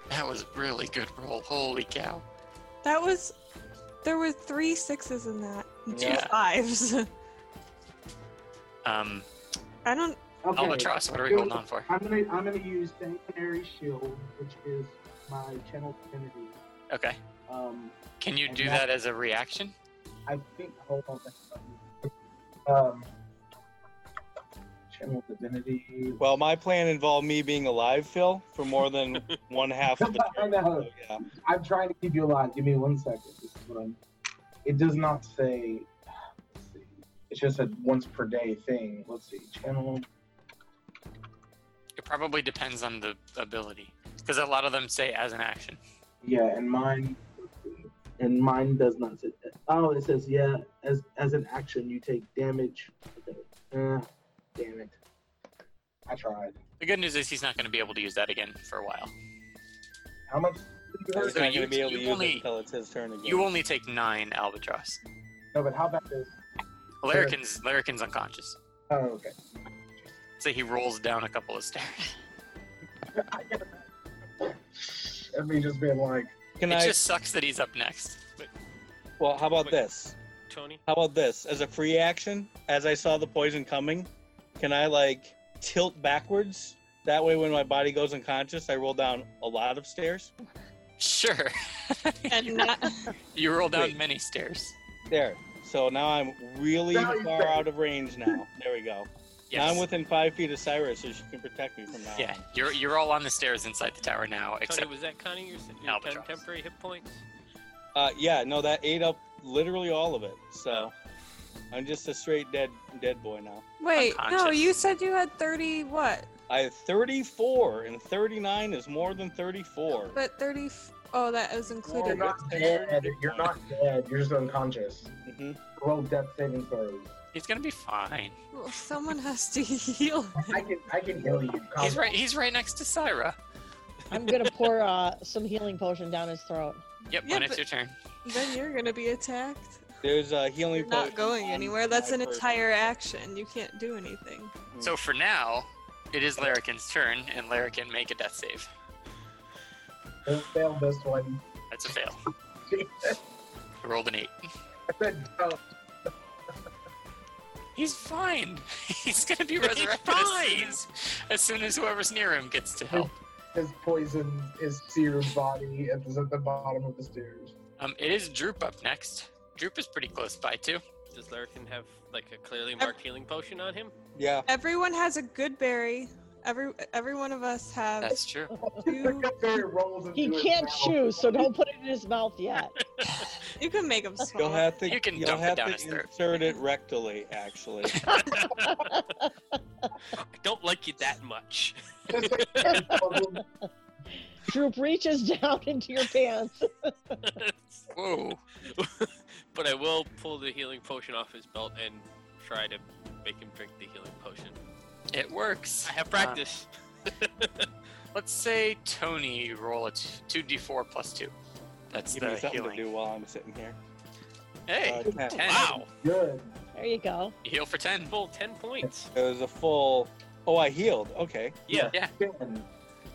Speaker 1: that was a really good roll. Holy cow.
Speaker 3: that was. There were three sixes in that. and Two
Speaker 1: Yeah.
Speaker 3: fives.
Speaker 1: Um,
Speaker 3: I don't.
Speaker 8: Okay.
Speaker 1: Albatross, what are we holding on for?
Speaker 8: I'm gonna I'm gonna use Sanctuary Shield, which is my channel divinity.
Speaker 1: Okay.
Speaker 4: Um,
Speaker 1: Can you do that as a reaction?
Speaker 4: I think. Hold on. that's not me. Um, Channel divinity.
Speaker 5: Well, my plan involved me being alive, Phil, for more than one half of the
Speaker 4: I
Speaker 5: turn.
Speaker 4: know.
Speaker 5: so, yeah.
Speaker 4: I'm trying to keep you alive. Give me one second. This is what I'm. It does not say. Let's see. It's just a once per day thing. Let's see. Channel.
Speaker 1: It probably depends on the ability, because a lot of them say as an action.
Speaker 4: Yeah, and mine.
Speaker 8: And mine does not say that. Oh, it says, yeah, as as an action, you take damage. Okay. Uh, damn it.
Speaker 4: I tried.
Speaker 1: The good news is he's not going to be able to use that again for a while.
Speaker 4: How much?
Speaker 5: He's not
Speaker 1: So
Speaker 5: going
Speaker 1: you-
Speaker 5: to be able
Speaker 1: you
Speaker 5: to use
Speaker 1: only-
Speaker 5: it until it's his turn again.
Speaker 1: You only take nine albatross.
Speaker 4: No, but how about this?
Speaker 1: Larrikin's Larrikin's unconscious.
Speaker 4: Oh, okay.
Speaker 1: Say he rolls down a couple of stairs.
Speaker 4: And me just being like,
Speaker 5: Can
Speaker 1: it
Speaker 5: I?
Speaker 1: just sucks that he's up next.
Speaker 5: Well, how about this?
Speaker 6: Tony?
Speaker 5: How about this? As a free action, as I saw the poison coming, can I like tilt backwards? That way, when my body goes unconscious, I roll down a lot of stairs.
Speaker 1: Sure.
Speaker 3: And not,
Speaker 1: You roll down
Speaker 5: Wait.
Speaker 1: many stairs.
Speaker 5: There. So now I'm really
Speaker 4: Now you're
Speaker 5: far
Speaker 4: safe.
Speaker 5: out of range now. There we go. Now
Speaker 1: Yes.
Speaker 5: I'm within five feet of Cyrus, so she can protect me from now.
Speaker 1: yeah,
Speaker 5: on.
Speaker 1: you're you're all on the stairs inside the tower now,
Speaker 6: Tony,
Speaker 1: except
Speaker 6: was that counting your, your
Speaker 1: Albatross.
Speaker 6: tem- temporary hit points?
Speaker 5: Uh, yeah. No, that ate up literally all of it. So I'm just a straight dead dead boy now.
Speaker 3: wait, no,
Speaker 1: Unconscious.
Speaker 3: you said you had 30 what?
Speaker 5: I have 34, and 39 is more than 34.
Speaker 3: But 30. F- oh, that is
Speaker 4: you're
Speaker 3: included.
Speaker 4: not dead. You're not dead. You're just unconscious.
Speaker 5: Mhm.
Speaker 4: Roll death saving throws.
Speaker 1: he's gonna be fine.
Speaker 3: Well, someone has to heal.
Speaker 4: I can I can heal you.
Speaker 1: He's right he's right next to Syra.
Speaker 2: I'm gonna pour uh, some healing potion down his throat.
Speaker 1: Yep,
Speaker 3: Yeah,
Speaker 1: when it's
Speaker 3: but-
Speaker 1: your turn.
Speaker 3: Then you're gonna be attacked.
Speaker 5: There's a healing.
Speaker 3: You're not
Speaker 5: potion
Speaker 3: going
Speaker 5: on
Speaker 3: anywhere. That's
Speaker 5: my
Speaker 3: an
Speaker 5: person.
Speaker 3: entire action. You can't do anything.
Speaker 1: So for now, it is Larrikin's turn, and Larrikin make a death save.
Speaker 4: Don't fail this one.
Speaker 1: That's a fail. I rolled an eight.
Speaker 4: I said don't.
Speaker 1: He's fine. He's gonna be resurrected as, soon as, as soon as whoever's near him gets to help.
Speaker 4: His poison is seared body and is at the bottom of the stairs.
Speaker 1: Um, it is Droop up next. Droop is pretty close by too.
Speaker 6: Does Larkin have like a clearly marked healing potion on him?
Speaker 5: Yeah.
Speaker 3: Everyone has a good berry. Every every one of us have
Speaker 1: That's true.
Speaker 3: two.
Speaker 4: Barry rolls into
Speaker 2: He
Speaker 4: his
Speaker 2: can't
Speaker 4: mouth.
Speaker 2: chew, so don't put it in his mouth yet.
Speaker 3: You can make them
Speaker 5: You'll
Speaker 3: small.
Speaker 5: have to.
Speaker 1: You can
Speaker 5: will
Speaker 1: dump it
Speaker 5: have
Speaker 1: down
Speaker 5: to
Speaker 1: his throat.
Speaker 5: insert it rectally, actually.
Speaker 6: I don't like you that much.
Speaker 4: Just like that problem.
Speaker 2: Droop reaches down into your pants.
Speaker 1: Whoa.
Speaker 6: but I will pull the healing potion off his belt and try to make him drink the healing potion.
Speaker 1: It works.
Speaker 6: I have practice.
Speaker 1: Let's say Tony roll a two d four plus two. That's
Speaker 5: Give
Speaker 1: the
Speaker 5: me something
Speaker 1: healing.
Speaker 5: to do while I'm sitting here.
Speaker 1: Hey,
Speaker 5: Uh, 10.
Speaker 1: ten.
Speaker 6: Wow.
Speaker 4: Good.
Speaker 2: There you go.
Speaker 1: You heal for ten.
Speaker 6: Full 10 points.
Speaker 5: It was a full. Oh, I healed. Okay.
Speaker 6: Yeah,
Speaker 4: Ten.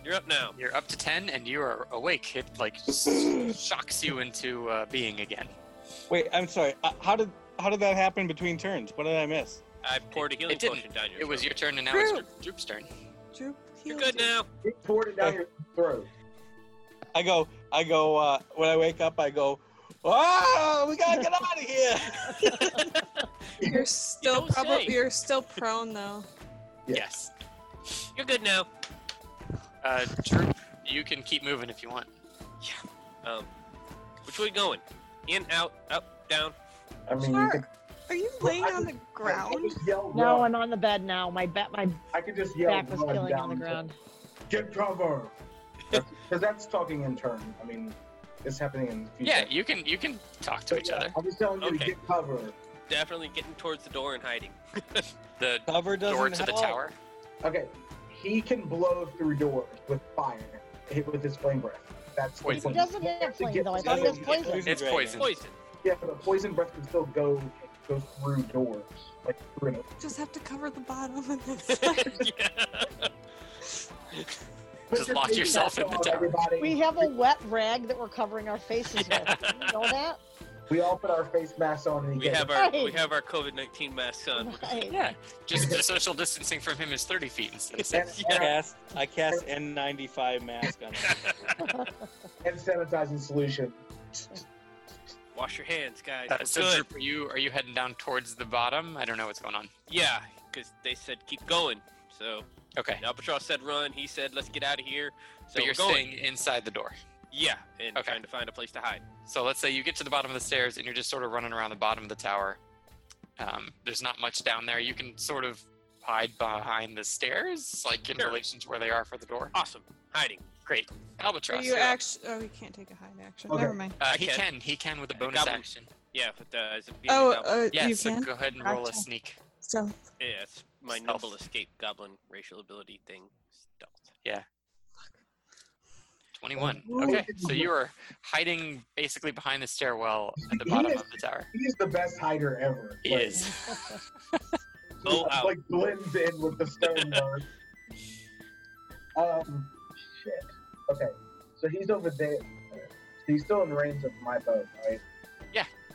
Speaker 6: you're up now.
Speaker 1: You're up to ten, and you are awake. It like s- shocks you into uh, being again.
Speaker 5: Wait, I'm sorry. Uh, how did how did that happen between turns? What did I miss?
Speaker 6: I poured a healing
Speaker 1: it didn't.
Speaker 6: potion down your
Speaker 1: It was
Speaker 6: throat.
Speaker 1: your turn, and now it's
Speaker 3: True.
Speaker 1: Droop- Droop's turn.
Speaker 3: Droop
Speaker 6: You're
Speaker 3: heals
Speaker 6: good
Speaker 3: you.
Speaker 6: now.
Speaker 4: He poured it down your throat.
Speaker 5: I go. I go. Uh, when I wake up, I go. Oh, we gotta get out of here.
Speaker 3: You're still
Speaker 6: don't
Speaker 3: probably
Speaker 6: say.
Speaker 3: you're still prone though.
Speaker 1: Yes.
Speaker 6: You're good now.
Speaker 1: Uh, Droop, you can keep moving if you want.
Speaker 6: Um, which way going? In, out, up, down.
Speaker 4: I mean, you
Speaker 3: Sure.
Speaker 4: could,
Speaker 3: Are you
Speaker 4: Well,
Speaker 3: laying
Speaker 4: I
Speaker 3: on the
Speaker 4: was- I could
Speaker 3: ground?
Speaker 4: just yell.
Speaker 2: No,
Speaker 4: run.
Speaker 2: I'm on the bed now. My ba- my
Speaker 4: I could just yell.
Speaker 2: back was
Speaker 4: run
Speaker 2: killing on
Speaker 4: down
Speaker 2: the
Speaker 4: to-
Speaker 2: ground.
Speaker 4: Get cover. Because that's talking in turn. I mean, it's happening in. Future.
Speaker 1: Yeah, you can you can talk to each other.
Speaker 4: I'm just telling you to
Speaker 6: Okay.
Speaker 4: get cover.
Speaker 6: Definitely getting towards the door and hiding.
Speaker 1: The
Speaker 5: Cover doesn't
Speaker 1: door to the
Speaker 5: help.
Speaker 1: tower.
Speaker 4: Okay, he can blow through doors with fire, hit with his flame breath. That's the
Speaker 1: Wait,
Speaker 2: He
Speaker 4: point.
Speaker 2: doesn't have
Speaker 4: To
Speaker 2: flame
Speaker 4: get-
Speaker 2: though. I
Speaker 4: to
Speaker 2: thought he
Speaker 4: get-
Speaker 2: was poison.
Speaker 1: It's
Speaker 5: dragon.
Speaker 1: poison.
Speaker 6: Poison.
Speaker 4: Yeah, but poison breath can still go go through doors, like through an
Speaker 3: Just have to cover the bottom and then
Speaker 6: yeah.
Speaker 1: Just lock yourself in the tower.
Speaker 4: Everybody,
Speaker 2: We
Speaker 4: we,
Speaker 2: have a wet rag that we're covering our faces with. You know that?
Speaker 4: all put our face masks on and he
Speaker 6: We
Speaker 4: gets-
Speaker 6: have our we
Speaker 2: Right.
Speaker 6: have our COVID nineteen masks on.
Speaker 2: Right.
Speaker 1: Yeah, just the social distancing from him is thirty feet instead of
Speaker 4: and,
Speaker 1: six.
Speaker 5: I
Speaker 4: and,
Speaker 5: cast, I cast N95 mask on. him.
Speaker 4: and sanitizing solution.
Speaker 6: Wash your hands, guys.
Speaker 1: Uh,
Speaker 6: We're
Speaker 1: so
Speaker 6: good.
Speaker 1: Droop, are you are you heading down towards the bottom? I don't know what's going on.
Speaker 6: Yeah, because they said keep going. So
Speaker 1: Okay.
Speaker 6: Albatross said run. He said let's get out of here. So
Speaker 1: but you're
Speaker 6: we're going.
Speaker 1: staying inside the door.
Speaker 6: Yeah, and
Speaker 1: Okay.
Speaker 6: trying to find a place to hide.
Speaker 1: So let's say you get to the bottom of the stairs and you're just sort of running around the bottom of the tower. Um, there's not much down there. You can sort of hide behind the stairs, like in
Speaker 6: Sure.
Speaker 1: relation to where they are for the door.
Speaker 6: Awesome, hiding.
Speaker 1: Great.
Speaker 3: Are
Speaker 1: Albatross.
Speaker 3: you
Speaker 1: you're up.
Speaker 3: actually? Oh, you can't take a hide action.
Speaker 4: Okay.
Speaker 3: Never mind.
Speaker 1: uh,
Speaker 6: I
Speaker 1: he
Speaker 6: can.
Speaker 1: can. He can with a bonus
Speaker 6: Goblin.
Speaker 1: action.
Speaker 6: Yeah, but uh, as a being a
Speaker 3: Oh,
Speaker 6: goblin,
Speaker 3: uh,
Speaker 1: Yeah,
Speaker 3: you
Speaker 1: so
Speaker 3: can.
Speaker 1: go ahead and roll a
Speaker 2: Gotcha.
Speaker 1: sneak.
Speaker 3: So
Speaker 6: yeah, it's my
Speaker 1: stealth.
Speaker 6: noble escape goblin racial ability thing. Stealth.
Speaker 1: 21.
Speaker 8: Ooh.
Speaker 1: Okay. So you are hiding basically behind the stairwell at the bottom of the tower.
Speaker 4: He's the best hider ever.
Speaker 1: He is.
Speaker 6: Oh,
Speaker 4: Like,
Speaker 6: wow.
Speaker 4: like blends in with the stone guard. um, shit. Okay, so he's over there. He's still in range of my boat, right?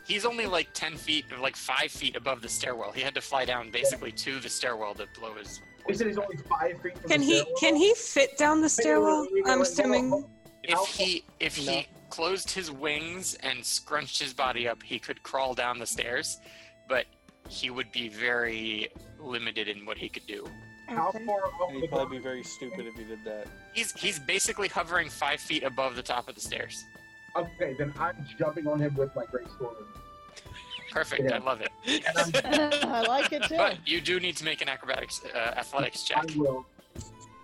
Speaker 1: He's only like 10 feet, or like 5 feet above the stairwell. He had to fly down basically to the stairwell to blow his.
Speaker 4: He said he's only five feet from
Speaker 3: can
Speaker 4: the
Speaker 3: he
Speaker 4: stairwell.
Speaker 3: can he fit down the stairwell?
Speaker 4: wait, wait,
Speaker 3: I'm
Speaker 4: wait, hold
Speaker 3: assuming.
Speaker 1: If he if
Speaker 4: No.
Speaker 1: he closed his wings and scrunched his body up, he could crawl down the stairs, but he would be very limited in what he could do.
Speaker 4: How
Speaker 3: Okay.
Speaker 4: far off
Speaker 5: And
Speaker 4: the
Speaker 5: he'd probably be very stupid if he did that.
Speaker 1: He's he's basically hovering 5 feet above the top of the stairs.
Speaker 4: Okay, then I'm jumping on him with my great sword.
Speaker 1: Perfect.
Speaker 4: Yeah.
Speaker 1: I love it.
Speaker 2: I like it too.
Speaker 1: But you do need to make an acrobatics uh, athletics
Speaker 4: I
Speaker 1: check.
Speaker 4: will.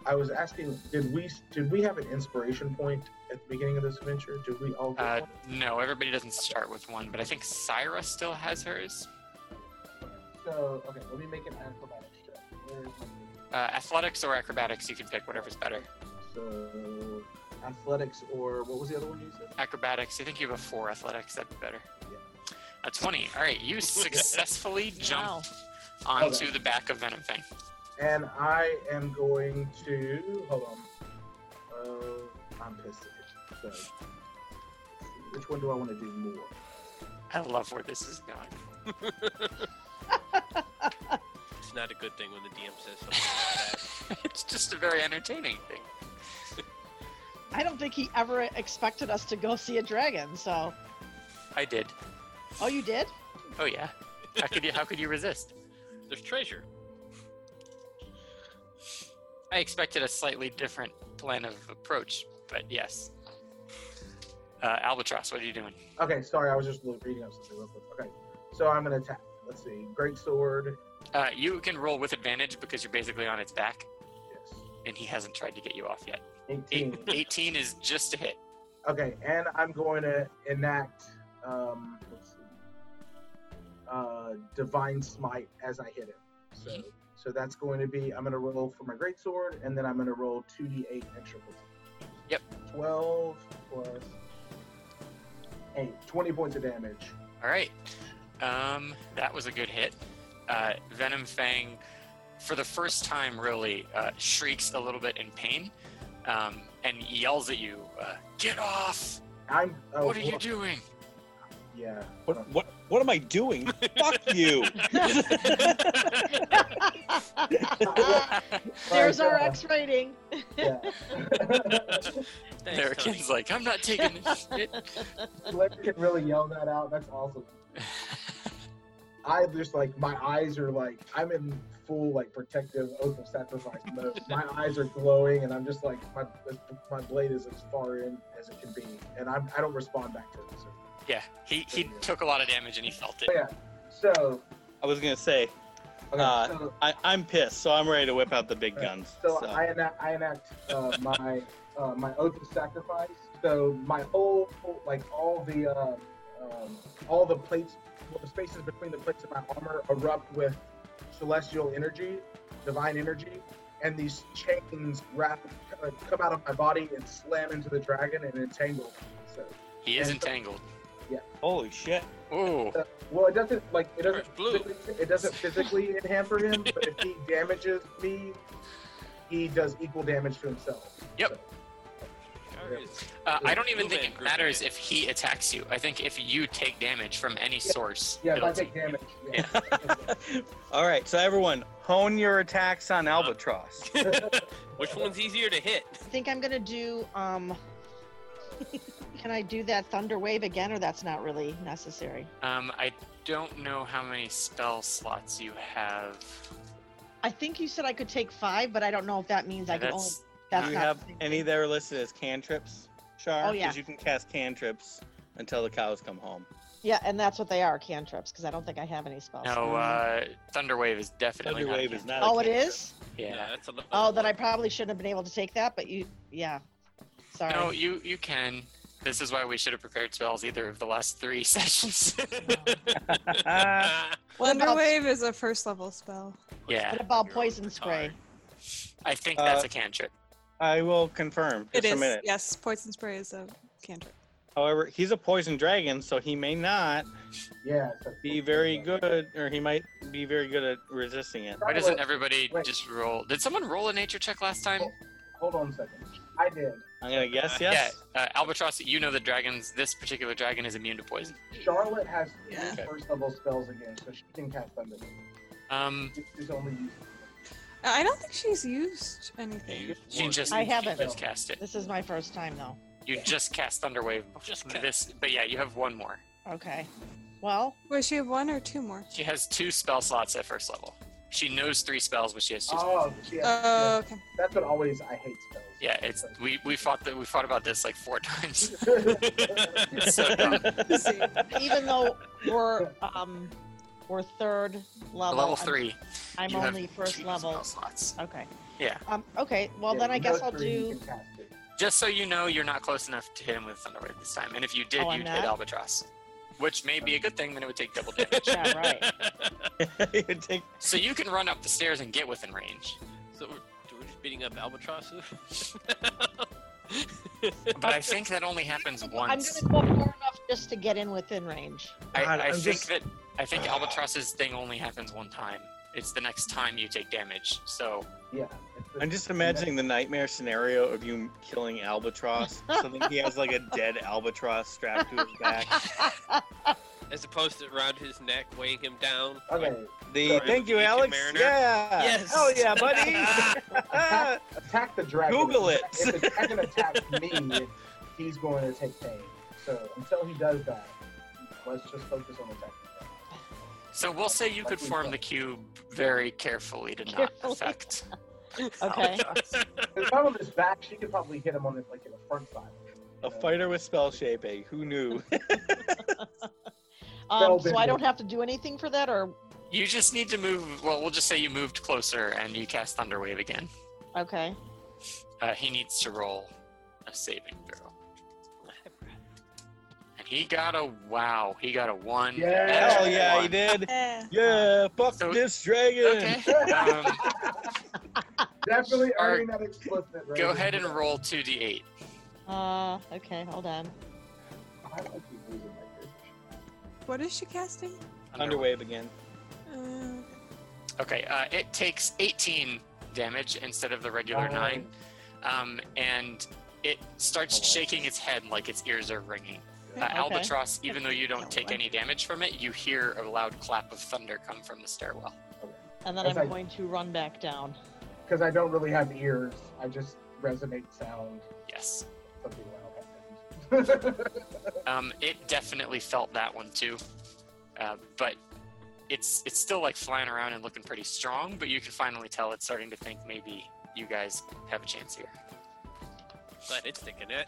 Speaker 4: I was asking, did we did we have an inspiration point at the beginning of this adventure? Did we all? Get
Speaker 1: Uh,
Speaker 4: one?
Speaker 1: no, everybody doesn't start with one, but I think Syra still has hers.
Speaker 4: So okay, let me make an acrobatics check. Where is my-
Speaker 1: Uh, athletics or acrobatics, you can pick whatever's better.
Speaker 4: So athletics or what was the other one you said?
Speaker 1: Acrobatics, I think you have a four athletics, that'd be better. A 20. All right, you successfully
Speaker 2: Wow.
Speaker 1: jumped onto the back of Venom Fang.
Speaker 4: And I am going to hold on. Uh, I'm pissed. At it, so. Which one do I want to do more?
Speaker 1: I love where this is going.
Speaker 6: It's not a good thing when the DM says something like that.
Speaker 1: it's just a very entertaining thing.
Speaker 2: I don't think he ever expected us to go see a dragon. So,
Speaker 1: I did.
Speaker 2: oh, you did?
Speaker 1: Oh yeah. How could you, how could you resist?
Speaker 6: There's treasure.
Speaker 1: I expected a slightly different plan of approach, but yes. Uh, Albatross, what are you doing?
Speaker 4: Okay, sorry, I was just reading up something real quick. Okay, so I'm gonna attack. Let's see, great sword.
Speaker 1: Uh, you can roll with advantage because you're basically on its back,
Speaker 4: Yes.
Speaker 1: and he hasn't tried to get you off yet.
Speaker 4: 18.
Speaker 1: Eight, 18 is just a hit.
Speaker 4: Okay, and I'm going to enact um, let's see, uh, divine smite as I hit him. So, so that's going to be I'm going to roll for my great sword, and then I'm going to roll two d8 extra. points.
Speaker 1: Yep.
Speaker 4: Twelve plus eight, 20 points of damage.
Speaker 1: All right. Um, that was a good hit. Uh, Venom Fang, for the first time, really uh, shrieks a little bit in pain um, and yells at you, uh, Get off!
Speaker 4: I'm. Oh,
Speaker 1: What are you
Speaker 4: well,
Speaker 1: doing?
Speaker 4: Yeah. Uh,
Speaker 5: What what what am I doing? Fuck you!
Speaker 2: There's
Speaker 4: Like,
Speaker 2: our
Speaker 4: uh,
Speaker 2: X rating.
Speaker 4: Yeah.
Speaker 6: Thanks, Tony.
Speaker 1: Larrikin's like, I'm not taking this shit.
Speaker 4: Larry can really yell that out. That's awesome. I just like my eyes are like I'm in full like protective oath of sacrifice mode. my eyes are glowing, and I'm just like my my blade is as far in as it can be, and I'm I don't respond back to it. So,
Speaker 1: yeah, he, he took a lot of damage and he felt it.
Speaker 4: But yeah, so
Speaker 5: I was gonna say
Speaker 4: okay,
Speaker 5: Uh,
Speaker 4: so,
Speaker 5: I, I'm pissed, so I'm ready to whip out the big
Speaker 4: Right.
Speaker 5: guns.
Speaker 4: so
Speaker 5: so.
Speaker 4: I enact I enact uh, my uh, my oath of sacrifice. So my whole like all the um, um, all the plates, the spaces between the plates of my armor erupt with celestial energy, divine energy, and these chains wrap uh, come out of my body and slam into the dragon and entangle. So,
Speaker 1: He is entangled.
Speaker 5: Holy shit!
Speaker 1: Ooh.
Speaker 4: well, it doesn't like it doesn't
Speaker 6: There's blue.
Speaker 4: physically- it doesn't physically hamper him, but if he damages me, he does equal damage to himself.
Speaker 1: Yep.
Speaker 4: So,
Speaker 6: Sure is.
Speaker 1: Uh, I don't even
Speaker 6: Blue
Speaker 1: think
Speaker 6: man
Speaker 1: it
Speaker 6: group
Speaker 1: matters
Speaker 6: again.
Speaker 1: if he attacks you. I think if you take damage from any source,
Speaker 4: yeah, if
Speaker 1: it'll
Speaker 4: I take
Speaker 1: take you.
Speaker 4: damage. Yeah.
Speaker 5: All right, so everyone, hone your attacks on Albatross.
Speaker 6: Which one's easier to hit?
Speaker 2: I think I'm gonna do. Um, can I do that thunder wave again, or that's not really necessary?
Speaker 1: Um, I don't know how many spell slots you have.
Speaker 2: I think you said I could take five, but I don't know if that means I can only.
Speaker 1: that's
Speaker 2: That's
Speaker 5: Do you
Speaker 2: not
Speaker 5: have
Speaker 2: the same
Speaker 5: any
Speaker 2: thing.
Speaker 5: that are listed as cantrips, Char?
Speaker 2: Oh, yeah.
Speaker 5: Because you can cast cantrips until the cows come home.
Speaker 2: Yeah, and that's what they are cantrips because I don't think I have any spells.
Speaker 1: no. Uh, Thunderwave is definitely not a
Speaker 5: Thunderwave is
Speaker 1: cantrip.
Speaker 5: not.
Speaker 2: oh,
Speaker 5: a
Speaker 2: it
Speaker 5: cantrip.
Speaker 2: is.
Speaker 1: Yeah.
Speaker 6: that's a little
Speaker 2: Oh, then I probably shouldn't have been able to take that. But you, yeah. Sorry.
Speaker 1: No, you you can. This is why we should have prepared spells either of the last three sessions.
Speaker 5: Ah,
Speaker 2: what
Speaker 3: Thunder
Speaker 2: about,
Speaker 3: Wave is a first level spell.
Speaker 1: yeah,
Speaker 2: what about poison spray?
Speaker 1: I think that's
Speaker 5: Uh,
Speaker 1: a cantrip.
Speaker 5: I will confirm just
Speaker 3: it
Speaker 5: a
Speaker 3: is.
Speaker 5: minute.
Speaker 3: Yes, poison spray is a cantrip.
Speaker 5: However, he's a poison dragon, so he may not
Speaker 8: Yeah. it's like-
Speaker 5: be very good, or he might be very good at resisting it.
Speaker 4: oh,
Speaker 1: Why doesn't everybody
Speaker 8: wait.
Speaker 1: just roll? Did someone roll a nature check last time?
Speaker 8: Hold on a second. I did.
Speaker 5: I'm gonna guess
Speaker 1: Yeah,
Speaker 5: yes.
Speaker 1: uh, Albatross, you know the dragons. This particular dragon is immune to poison.
Speaker 8: Charlotte has three
Speaker 3: Yeah.
Speaker 5: Okay.
Speaker 8: first level spells again, so she can cast them. but
Speaker 1: Um,
Speaker 8: she- She's only used.
Speaker 3: I don't think she's used anything.
Speaker 1: you just
Speaker 2: I haven't.
Speaker 1: You just cast it.
Speaker 2: This is my first time though.
Speaker 1: You just cast Thunderwave.
Speaker 2: Oh,
Speaker 6: Just
Speaker 1: before this, but yeah, you have one more.
Speaker 2: Okay. Well,
Speaker 3: Wait, she have one or two more?
Speaker 1: She has two spell slots at first level. She knows three spells, but she has two. spells.
Speaker 8: Oh, she has,
Speaker 3: Oh, okay.
Speaker 8: that's what always I hate spells.
Speaker 1: Uh, Yeah, it's we we fought that we fought about this like four times. um,
Speaker 8: But-
Speaker 1: It's so dumb.
Speaker 3: See.
Speaker 2: even though we're um we're third level,
Speaker 1: Level
Speaker 2: I'm-
Speaker 1: three.
Speaker 2: I'm,
Speaker 1: you have
Speaker 2: only first
Speaker 1: two
Speaker 2: level.
Speaker 1: spell slots.
Speaker 2: Okay.
Speaker 1: Yeah.
Speaker 2: Um. Okay. Well,
Speaker 8: Yeah,
Speaker 2: then I
Speaker 8: you
Speaker 2: guess
Speaker 8: know
Speaker 2: I'll
Speaker 8: three, you
Speaker 2: do.
Speaker 8: can cast it.
Speaker 1: Just so you know, you're not close enough to hit him with Thunderwave this time. And if you did,
Speaker 2: Oh, I'm
Speaker 1: you'd
Speaker 2: not?
Speaker 1: hit Albatross, which may be a good thing. Then it would take double damage.
Speaker 2: Yeah. Right.
Speaker 5: You take-
Speaker 1: so you can run up the stairs and get within range.
Speaker 6: So we're, we're just beating up albatrosses.
Speaker 1: But I think that only happens once.
Speaker 2: I'm gonna go far enough just to get in within range.
Speaker 5: God,
Speaker 1: I, I
Speaker 5: I'm
Speaker 1: think
Speaker 5: just-
Speaker 1: that I think Albatross's thing only happens one time. It's the next time you take damage. So
Speaker 8: Yeah. it's
Speaker 5: I'm just imagining the nightmare scenario of you killing albatross. So then he has like a dead albatross strapped to his back.
Speaker 6: As opposed to around his neck, weighing him down.
Speaker 8: Okay.
Speaker 5: The thank you,
Speaker 6: Beacon
Speaker 5: Alex.
Speaker 6: Mariner.
Speaker 5: Yeah.
Speaker 6: Yes.
Speaker 5: Hell yeah, buddy.
Speaker 8: Attack the dragon.
Speaker 5: Google it.
Speaker 8: If the dragon attacks me, he's going to take pain. So until he does that, let's just focus on attacking. the dragon.
Speaker 1: so we'll say you could form the cube very carefully to not
Speaker 2: Carefully.
Speaker 1: affect.
Speaker 2: Okay.
Speaker 8: If I'm on his back, she could probably hit him on the, like in the front side.
Speaker 5: a fighter with spell shaping. Who knew?
Speaker 2: Um, so
Speaker 8: Spellbender.
Speaker 2: I don't have to do anything for that, or
Speaker 1: You just need to move. Well, we'll just say you moved closer and you cast Thunderwave again.
Speaker 2: okay.
Speaker 1: Uh, he needs to roll a saving throw. And he got a wow. He got a one.
Speaker 8: Yeah.
Speaker 1: Natural
Speaker 5: Hell yeah, he
Speaker 1: one.
Speaker 5: did.
Speaker 3: Eh.
Speaker 5: Yeah, fuck
Speaker 1: So-
Speaker 5: this dragon.
Speaker 1: Okay. Um,
Speaker 8: Definitely
Speaker 1: All
Speaker 8: earning that explicit. Right
Speaker 1: go ahead and roll two d8.
Speaker 2: Uh, okay. Hold on.
Speaker 8: I like these losing like this.
Speaker 3: What is she casting?
Speaker 5: Underwave again.
Speaker 3: Uh,
Speaker 1: Okay, uh, it takes 18 damage instead of the regular
Speaker 8: Nice.
Speaker 1: nine, um, and it starts
Speaker 5: Oh, wow.
Speaker 1: shaking its head like its ears are ringing. Uh,
Speaker 2: Okay.
Speaker 1: Albatross, even though you don't
Speaker 5: Oh,
Speaker 1: take
Speaker 5: wow.
Speaker 1: any damage from it, you hear a loud clap of thunder come from the stairwell.
Speaker 2: And then
Speaker 8: As
Speaker 2: I'm
Speaker 8: I-
Speaker 2: going to run back down.
Speaker 8: because I don't really have ears. I just resonate sound,
Speaker 1: Yes,
Speaker 8: something loud happens.
Speaker 1: um, it definitely felt that one too, uh, but it's it's still like flying around and looking pretty strong. But you can finally tell it's starting to think maybe you guys have a chance here.
Speaker 6: Glad it's thinking it.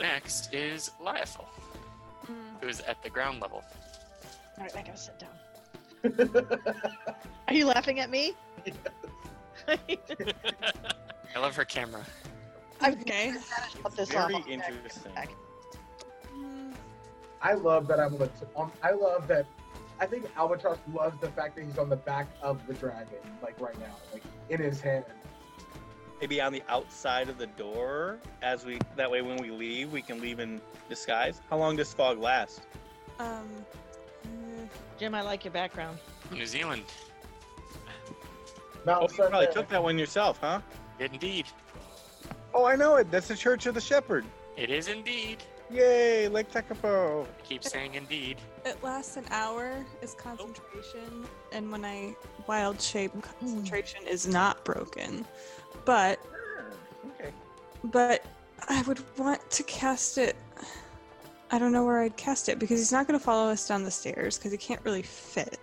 Speaker 1: Next is Lyophil,
Speaker 3: mm.
Speaker 1: who is at the ground level.
Speaker 2: All right, I gotta sit down. Are you laughing at me?
Speaker 1: I love her camera.
Speaker 2: I've
Speaker 3: Okay.
Speaker 2: Put this off.
Speaker 5: Very interesting.
Speaker 2: back.
Speaker 3: Mm,
Speaker 8: I love that I'm on the. T- on, I love that. I think Albatross loves the fact that he's on the back of the dragon, like right now, like in his hand.
Speaker 5: Maybe on the outside of the door, as we that way when we leave, we can leave in disguise. How long does fog last?
Speaker 3: Um. mm,
Speaker 2: Jim, I like your background.
Speaker 1: New Zealand.
Speaker 8: Mount
Speaker 5: Oh, you probably
Speaker 8: Sunday.
Speaker 5: took that one yourself, huh?
Speaker 1: Indeed.
Speaker 5: Oh, I know it. That's the Church of the Shepherd.
Speaker 1: It is indeed.
Speaker 5: Yay, Lake Tekapo.
Speaker 1: I keep saying indeed.
Speaker 3: It lasts an hour. Is concentration, and when I wild shape, concentration is not broken. But
Speaker 5: Okay.
Speaker 3: but I would want to cast it. I don't know where I'd cast it because he's not going to follow us down the stairs because he can't really fit.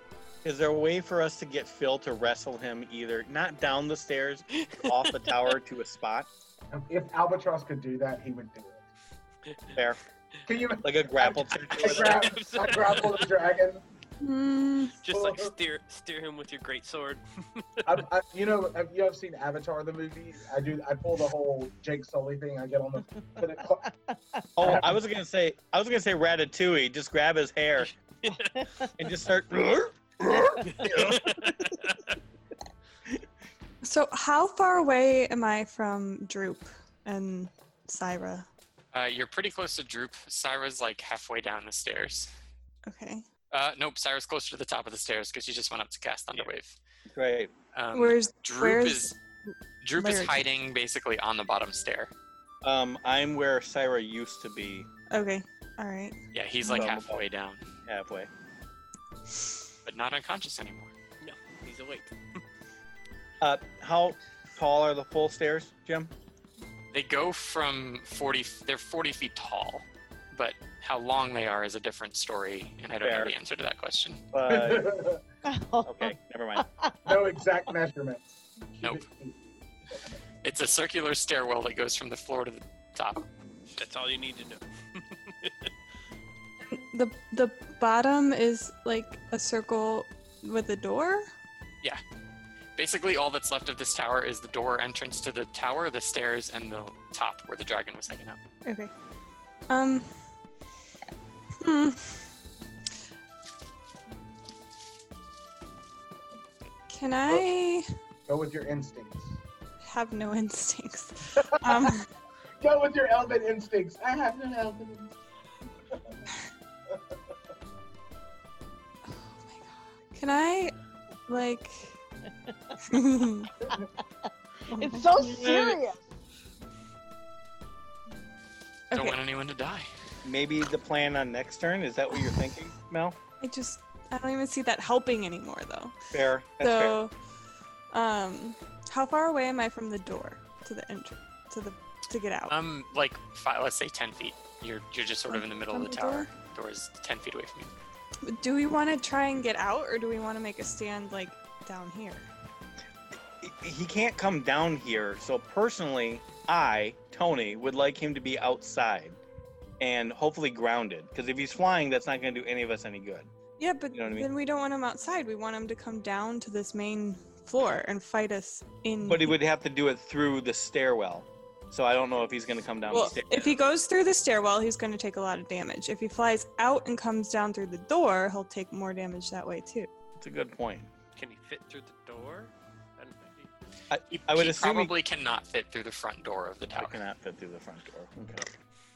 Speaker 5: Is there a way for us to get Phil to wrestle him either not down the stairs, off the tower to a spot?
Speaker 8: If Albatross could do that, he would do it.
Speaker 5: There,
Speaker 8: Can you
Speaker 5: like a grapple check.
Speaker 8: I grab, I grapple the dragon?
Speaker 3: Mm,
Speaker 6: Just like steer steer him with your great sword.
Speaker 8: I, I, you know, have you have seen Avatar the movie? I do. I pull the whole Jake Sully thing. I get on the. put it-
Speaker 5: Oh, I was gonna say, I was gonna say Ratatouille. Just grab his hair and just start.
Speaker 3: so how far away am I from Droop and Syra?
Speaker 1: Uh, you're pretty close to Droop. Syra's like halfway down the stairs.
Speaker 3: Okay.
Speaker 1: Uh, nope, Syra's closer to the top of the stairs because she just went up to cast Thunderwave.
Speaker 5: Right.
Speaker 1: Um,
Speaker 3: Where's
Speaker 1: Droop
Speaker 3: where's
Speaker 1: is Droop is
Speaker 3: Larry?
Speaker 1: hiding basically on the bottom stair.
Speaker 5: Um, I'm where Syra used to be
Speaker 3: Okay. All right.
Speaker 1: Yeah, he's like
Speaker 5: Um,
Speaker 1: halfway down,
Speaker 5: halfway.
Speaker 1: but not unconscious anymore.
Speaker 6: He's awake.
Speaker 5: Uh, how tall are the full stairs, Jim?
Speaker 1: They go from 40, they're 40 feet tall, but how long they are is a different story, and I don't
Speaker 5: Fair.
Speaker 1: know the answer to that question.
Speaker 5: Uh, okay, never mind.
Speaker 8: no exact measurements.
Speaker 1: Nope. It's a circular stairwell that goes from the floor to the top.
Speaker 6: That's all you need to know.
Speaker 3: The the bottom is like a circle with a door.
Speaker 1: Basically, all that's left of this tower is the door entrance to the tower, the stairs, and the top where the dragon was hanging out.
Speaker 3: Okay. Um. Hmm. Can I
Speaker 8: Go with your instincts.
Speaker 3: have no instincts? Um,
Speaker 8: Go with your elven instincts. I have no elven instincts.
Speaker 3: can I, like?
Speaker 2: It's so serious.
Speaker 1: Don't
Speaker 3: Okay.
Speaker 1: want anyone to die.
Speaker 5: Maybe the plan on next turn is that what you're thinking, Mel?
Speaker 3: I just I don't even see that helping anymore though.
Speaker 5: Fair. That's fair.
Speaker 3: so, um, how far away am I from the door to the entry to the to get out?
Speaker 1: Um, like five, let's say ten feet. You're you're just sort of in the middle of the
Speaker 3: From the
Speaker 1: tower. Door is ten feet away from you.
Speaker 3: Do we want to try and get out, or do we want to make a stand like down here?
Speaker 5: He- he can't come down here. So personally, I, Tony, would like him to be outside and hopefully grounded. Because if he's flying, that's not going to do any of us any good.
Speaker 3: Yeah, but
Speaker 5: You know what I mean?
Speaker 3: then we don't want him outside. We want him to come down to this main floor and fight us in.
Speaker 5: But he would have to do it through the stairwell. So I don't know if he's going to come down the
Speaker 3: Well,
Speaker 5: stairs.
Speaker 3: if he goes through the stairwell, he's going to take a lot of damage. If he flies out and comes down through the door, he'll take more damage that way too.
Speaker 5: That's a good point.
Speaker 6: Can he fit through the door? And
Speaker 1: He,
Speaker 5: I would
Speaker 1: he
Speaker 5: assume he-
Speaker 1: probably cannot fit through the front door of the
Speaker 5: I
Speaker 1: tower.
Speaker 5: cannot fit through the front door. Okay.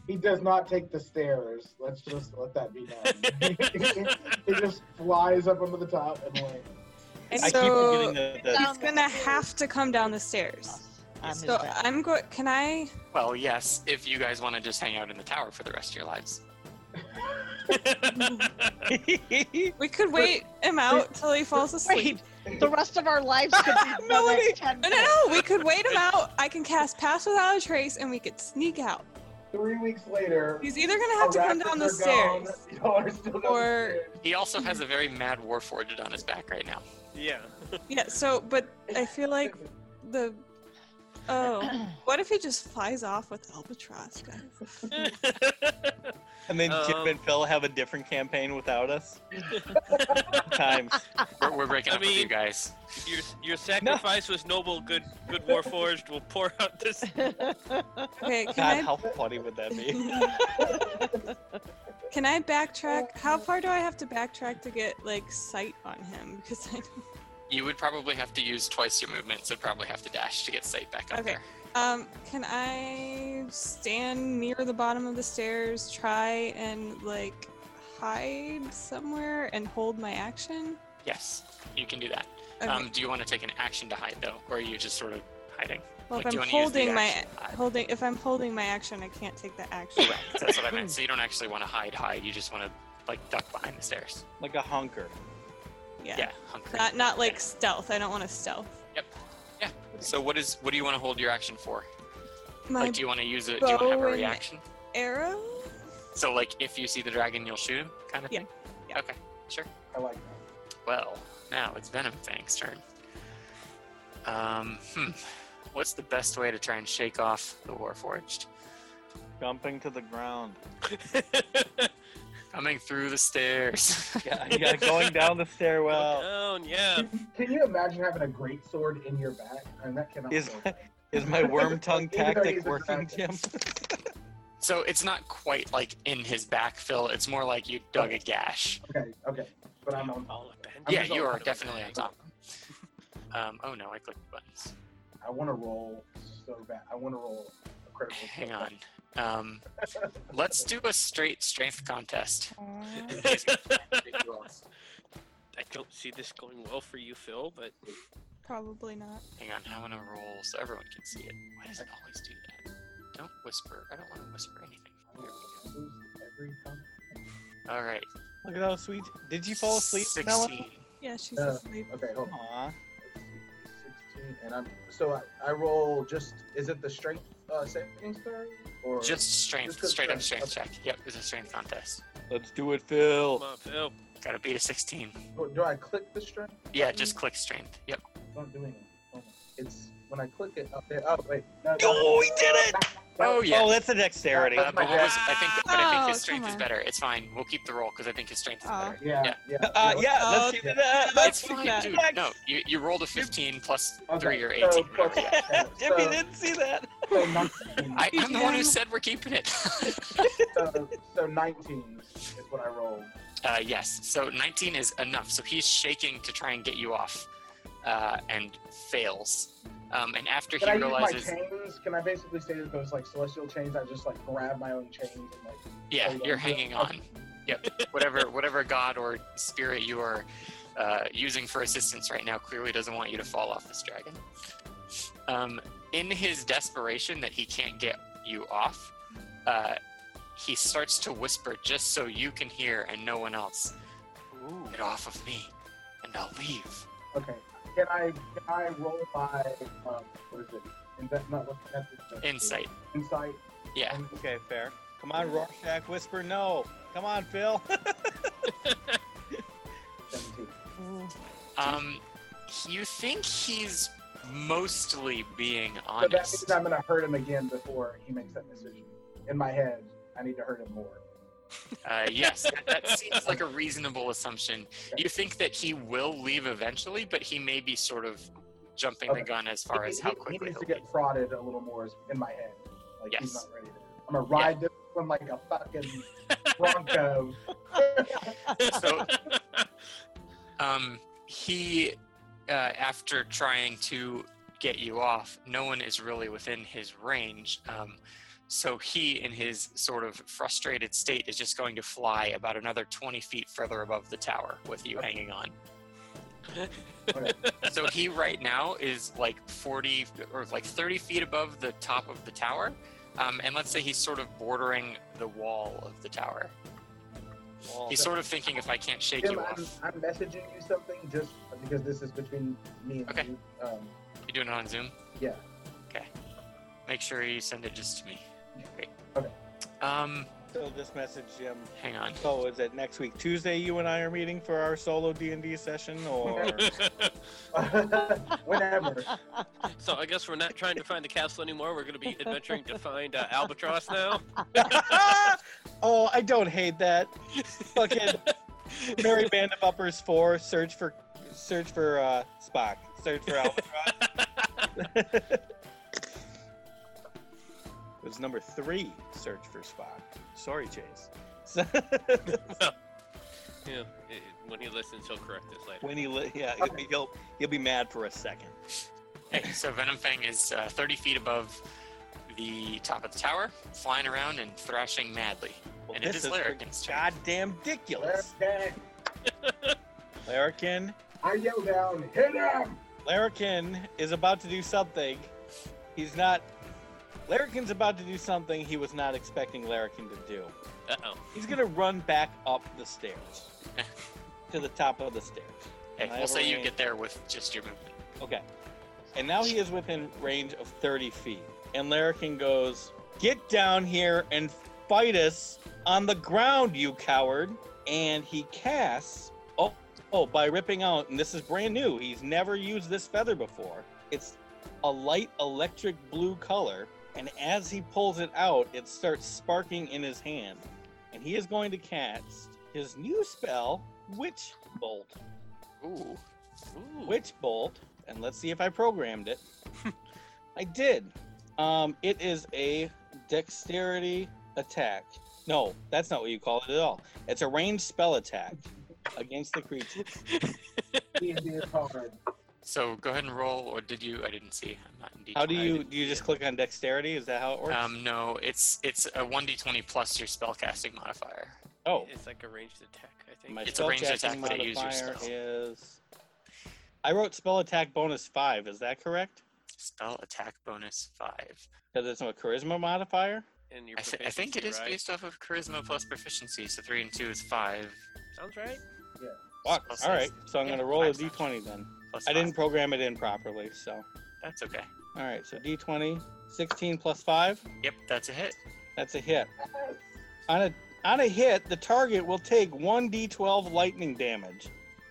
Speaker 8: He does not take the stairs. Let's just let that be known. he just flies up onto the top and lands.
Speaker 3: And
Speaker 5: I
Speaker 3: so Um,
Speaker 5: keep forgetting the,
Speaker 3: he's going to have to come down the stairs.
Speaker 2: I'm
Speaker 3: So
Speaker 5: uh,
Speaker 3: I'm going. Can I?
Speaker 1: Well, yes, if you guys want to just hang out in the tower for the rest of your lives.
Speaker 5: the...
Speaker 3: We could wait him out till he falls asleep.
Speaker 2: Wait, the rest of our lives could be the
Speaker 5: Melanie.
Speaker 2: next 10
Speaker 3: No, no, no. We could wait him out. I can cast Pass Without a Trace, and we could sneak out.
Speaker 8: Three weeks later.
Speaker 3: He's either gonna have to come
Speaker 8: raptors
Speaker 3: down the
Speaker 8: are gone.
Speaker 3: stairs.
Speaker 8: Y'all are still down the
Speaker 3: Or-
Speaker 8: stairs.
Speaker 1: He also has a very mad warforged on his back right now.
Speaker 6: yeah.
Speaker 3: Yeah. So, but I feel like the. Oh, what if he just flies off with Albatross, guys?
Speaker 5: and then
Speaker 6: Um,
Speaker 5: Jim and Phil have a different campaign without us. Times.
Speaker 1: We're, we're breaking
Speaker 6: I
Speaker 1: up with you
Speaker 6: mean-
Speaker 1: guys.
Speaker 6: your, your sacrifice was noble. Good good warforged. We'll pour out this.
Speaker 3: Okay, can
Speaker 5: God,
Speaker 3: I
Speaker 5: how funny would that be?
Speaker 3: can I backtrack? How far do I have to backtrack to get like sight on him? Because I
Speaker 1: You would probably have to use twice your movement, so probably have to dash to get safe back up
Speaker 3: Okay.
Speaker 1: there.
Speaker 3: um, can I stand near the bottom of the stairs, try and like hide somewhere and hold my action?
Speaker 1: Yes, you can do that.
Speaker 3: Okay.
Speaker 1: Um, do you want to take an action to hide though, or are you just sort of hiding?
Speaker 3: well,
Speaker 1: like,
Speaker 3: if
Speaker 1: do you
Speaker 3: I'm
Speaker 1: wanna use the
Speaker 3: holding my
Speaker 1: action to hide?
Speaker 3: holding if I'm holding my action, I can't take the action.
Speaker 1: So that's what I meant. So you don't actually want to hide, hide. You just want to like duck behind the stairs.
Speaker 5: like a honker.
Speaker 3: Yeah.
Speaker 1: Yeah, hunker.
Speaker 3: Not not like stealth. I don't want to stealth.
Speaker 1: So what is what do you want to hold your action for?
Speaker 3: My
Speaker 1: like, do you want to use it? Do you want to have a
Speaker 3: bow and-
Speaker 1: reaction?
Speaker 3: arrow.
Speaker 1: So like, if you see the dragon, you'll shoot him, kind of
Speaker 3: Yeah,
Speaker 1: thing.
Speaker 3: yeah.
Speaker 1: Okay, sure.
Speaker 8: I like that.
Speaker 1: well. Now it's Venom Fang's turn. Um, hmm. What's the best way to try and shake off the Warforged?
Speaker 5: Jumping to the ground.
Speaker 1: Coming through the stairs.
Speaker 5: Yeah, yeah going down the stairwell.
Speaker 6: down, yeah.
Speaker 4: Can you imagine having a great sword in your back? I mean, that cannot.
Speaker 5: Is
Speaker 4: feel
Speaker 5: my,
Speaker 4: good.
Speaker 5: is my worm tongue
Speaker 4: Even though
Speaker 5: tactic
Speaker 4: he's a
Speaker 5: working, Tim?
Speaker 4: dragon.
Speaker 1: so it's not quite like in his back, Phil. It's more like you dug a gash.
Speaker 4: Okay, okay, but I'm um, on.
Speaker 6: All up in-
Speaker 4: I'm
Speaker 1: yeah,
Speaker 4: just
Speaker 1: you
Speaker 4: on
Speaker 1: are
Speaker 4: top of
Speaker 1: definitely on top. Um, oh no, I clicked the buttons.
Speaker 4: I want to roll so bad. I want to roll a critical.
Speaker 1: Hang
Speaker 4: fail.
Speaker 1: on. Um, let's do a straight strength contest.
Speaker 6: I don't see this going well for you, Phil, but
Speaker 3: Probably not.
Speaker 1: Hang on, I want to roll so everyone can see it. Why does it always do that? Don't whisper. I don't want to whisper anything.
Speaker 4: I lose every time.
Speaker 1: All right.
Speaker 5: Look at how sweet. Did you fall asleep, Nella?
Speaker 1: 16.
Speaker 3: Yeah, she's
Speaker 4: Uh,
Speaker 3: asleep.
Speaker 4: Okay, hold on.
Speaker 5: Aw.
Speaker 4: 16, and I'm so I, I roll just is it the strength uh, saving throw or
Speaker 1: Just strength,
Speaker 4: Just a
Speaker 1: straight up
Speaker 4: strength,
Speaker 1: strength check. Yep, it's a strength contest.
Speaker 5: Let's do it,
Speaker 6: come
Speaker 1: Oh.
Speaker 5: Phil.
Speaker 6: on, Phil.
Speaker 1: Gotta beat a 16.
Speaker 4: do, do I click the strength?
Speaker 1: Yeah, just click strength. Yep.
Speaker 4: Don't do anything. Hold on. It's when I click it up there. Oh wait, no,
Speaker 5: Oh, we did it!
Speaker 1: Oh, yeah.
Speaker 5: Oh, that's a dexterity.
Speaker 1: Uh, but what was, I think, but I think
Speaker 3: Oh,
Speaker 1: his strength is
Speaker 3: come on. Oh.
Speaker 1: better. It's fine. We'll keep the roll because I think his strength is
Speaker 3: Aw.
Speaker 1: better.
Speaker 4: Yeah, yeah.
Speaker 5: Uh, yeah, let's keep it up. Let's
Speaker 1: It's
Speaker 5: keep
Speaker 1: fine,
Speaker 5: it
Speaker 1: dude.
Speaker 5: back.
Speaker 1: No, you, you rolled a 15 plus
Speaker 4: Okay,
Speaker 1: 3 or 18.
Speaker 4: so
Speaker 1: whatever,
Speaker 4: plus-
Speaker 1: yeah.
Speaker 5: Jimmy didn't see that.
Speaker 4: So 19.
Speaker 1: I, I'm the one who
Speaker 3: Yeah.
Speaker 1: said we're keeping it.
Speaker 4: so, so 19 is what I rolled.
Speaker 1: uh, yes, so 19 is enough. So he's shaking to try and get you off uh, and fails. Um, and after
Speaker 4: Can
Speaker 1: he
Speaker 4: I use
Speaker 1: realizes,
Speaker 4: my chains? Can I basically say that those like celestial chains? I just like grab my own chains and like.
Speaker 1: yeah,
Speaker 4: Oh, yeah,
Speaker 1: you're
Speaker 4: yeah.
Speaker 1: hanging on. Yep, whatever, whatever god or spirit you are uh, using for assistance right now clearly doesn't want you to fall off this dragon. Um, in his desperation that he can't get you off, uh, he starts to whisper just so you can hear and no one else.
Speaker 6: Ooh.
Speaker 1: Get off of me, and I'll leave.
Speaker 4: Okay. Can I can I roll my um, what is it? Is that not what that's what-
Speaker 1: Insight.
Speaker 4: Insight.
Speaker 1: Yeah.
Speaker 5: Okay, fair. Come on, Rorschach, whisper no. Come on, Phil.
Speaker 4: 17.
Speaker 1: Um, you think he's mostly being
Speaker 4: So that means
Speaker 1: honest?
Speaker 4: I'm gonna hurt him again before he makes that decision. In my head, I need to hurt him more.
Speaker 1: Uh, yes, that- that seems like a reasonable assumption. You think that he will leave eventually, but he may be sort of jumping the
Speaker 4: Okay.
Speaker 1: gun as far
Speaker 4: He-
Speaker 1: as how
Speaker 4: he- he
Speaker 1: quickly
Speaker 4: needs
Speaker 1: he'll
Speaker 4: to
Speaker 1: leave.
Speaker 4: get prodded a little more is- in my head. Like he's
Speaker 1: Yes.
Speaker 4: not ready. To, I'm gonna ride this one like a fucking bronco.
Speaker 1: so um, he uh, after trying to get you off no one is really within his range um, so he in his sort of frustrated state is just going to fly about another 20 feet further above the tower with you hanging on so he right now is like 40 or like 30 feet above the top of the tower um, and let's say he's sort of bordering the wall of the tower he's sort of thinking if i can't shake
Speaker 4: Jim,
Speaker 1: you
Speaker 4: I'm,
Speaker 1: off
Speaker 4: I'm messaging you something just because this is between me and
Speaker 1: Okay.
Speaker 4: you. Um,
Speaker 1: You doing it on Zoom?
Speaker 4: Yeah.
Speaker 1: Okay. Make sure you send it just to me. Great.
Speaker 4: Okay.
Speaker 1: Um,
Speaker 5: Phil just messaged Jim.
Speaker 1: hang on.
Speaker 5: So is it next week Tuesday? You and I are meeting for our solo D and D session, or
Speaker 4: um, whenever.
Speaker 6: so I guess we're not trying to find the castle anymore. We're going to be adventuring to find uh, Albatross now.
Speaker 5: oh, I don't hate that. Fucking Mary Band of Uppers Four. Search for, search for uh, Spock. Search for Albatross. it was number three. Search for Spock. Sorry, Chase. So-
Speaker 6: Yeah, it- when he listens, he'll correct this later.
Speaker 5: when he, li- yeah, he'll be, he'll he'll be mad for a second.
Speaker 1: Hey, so Venom Fang is uh, 30 feet above the top of the tower, flying around and thrashing madly.
Speaker 5: Well,
Speaker 1: and it is
Speaker 5: this is
Speaker 1: Larrikin's turn.
Speaker 5: goddamn ridiculous.
Speaker 4: Okay.
Speaker 5: Larrikin
Speaker 4: I yell down, hit him!
Speaker 5: Larrikin is about to do something. He's not. Larrikin's about to do something he was not expecting Larrikin to do.
Speaker 6: Uh oh.
Speaker 5: He's gonna run back up the stairs to the top of the stairs.
Speaker 1: Hey,
Speaker 5: I
Speaker 1: we'll
Speaker 5: have a
Speaker 1: say you
Speaker 5: range-
Speaker 1: get there with just your movement.
Speaker 5: Okay, and now he is within range of 30 feet, and Larrikin goes, "Get down here and fight us on the ground, you coward!" And he casts Oh, by ripping out, and this is brand new. He's never used this feather before. It's a light electric blue color, and as he pulls it out, it starts sparking in his hand. And he is going to cast his new spell, Witch Bolt.
Speaker 1: Ooh.
Speaker 6: Ooh.
Speaker 5: Witch Bolt, and let's see if I programmed it. I did. Um, it is a dexterity attack. No, that's not what you call it at all. It's a ranged spell attack against the creature.
Speaker 8: Easiest card.
Speaker 1: So go ahead and roll, or did you? I didn't see. I'm not in
Speaker 5: How do
Speaker 1: D20. I
Speaker 5: you
Speaker 1: didn't
Speaker 5: do you
Speaker 1: see
Speaker 5: just
Speaker 1: it.
Speaker 5: click on dexterity? Is that how it works?
Speaker 1: Um, no, it's it's a 1d20 plus your spellcasting modifier.
Speaker 5: oh,
Speaker 6: It's like a ranged attack, I think.
Speaker 5: my
Speaker 1: it's a
Speaker 5: spell
Speaker 1: ranged
Speaker 5: checking
Speaker 1: attack, but it uses your
Speaker 5: modifier
Speaker 1: spell.
Speaker 5: is. I wrote spell attack bonus five. Is that correct?
Speaker 1: Spell attack bonus five.
Speaker 5: Because it's a charisma modifier.
Speaker 6: and your
Speaker 1: I, th- I think it is
Speaker 6: proficiency,
Speaker 1: based off of charisma plus proficiency, so three and two is five.
Speaker 6: right? Sounds right.
Speaker 5: Fuck.
Speaker 1: Plus
Speaker 5: All right.
Speaker 1: six.
Speaker 5: So I'm
Speaker 1: Yeah,
Speaker 5: going to roll a
Speaker 1: five's not-
Speaker 5: d20 then.
Speaker 1: plus
Speaker 5: I
Speaker 1: five.
Speaker 5: didn't program it in properly, so.
Speaker 1: That's okay.
Speaker 5: All right, so d20, 16 plus 5,
Speaker 1: Yep, that's a hit.
Speaker 5: that's a hit. On a on a hit, the target will take 1d12 lightning damage.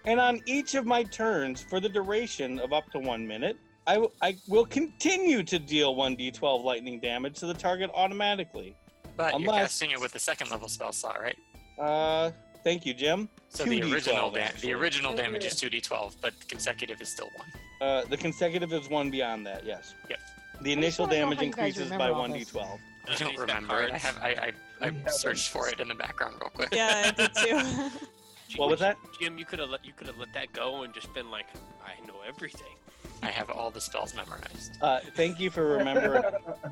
Speaker 5: And on each of my turns for the duration of up to 1 minute, I w- I will continue to deal 1d12 lightning damage to the target automatically.
Speaker 1: But you're
Speaker 5: Unless-
Speaker 1: casting it with the second level spell slot, right?
Speaker 5: Uh thank you, Jim.
Speaker 1: So the
Speaker 5: 2d12
Speaker 1: original da-
Speaker 5: actually.
Speaker 1: the original damage is 2d12, but consecutive is still one.
Speaker 5: Uh the consecutive is 1 beyond that, yes.
Speaker 1: Yep.
Speaker 5: The
Speaker 2: just
Speaker 5: initial
Speaker 2: wanna know
Speaker 5: damage
Speaker 2: how you guys
Speaker 5: increases by
Speaker 2: remember all
Speaker 5: 1d12.
Speaker 1: I
Speaker 6: He's
Speaker 1: don't
Speaker 6: got
Speaker 1: remember it. I
Speaker 6: cards.
Speaker 1: have I, I, I
Speaker 8: We have
Speaker 1: searched for it in the background real quick.
Speaker 3: Yeah, I did too.
Speaker 5: What was that?
Speaker 6: Jim, you could have let you could have let that go and just been like, I know everything.
Speaker 1: I have all the spells memorized.
Speaker 5: Uh thank you for remembering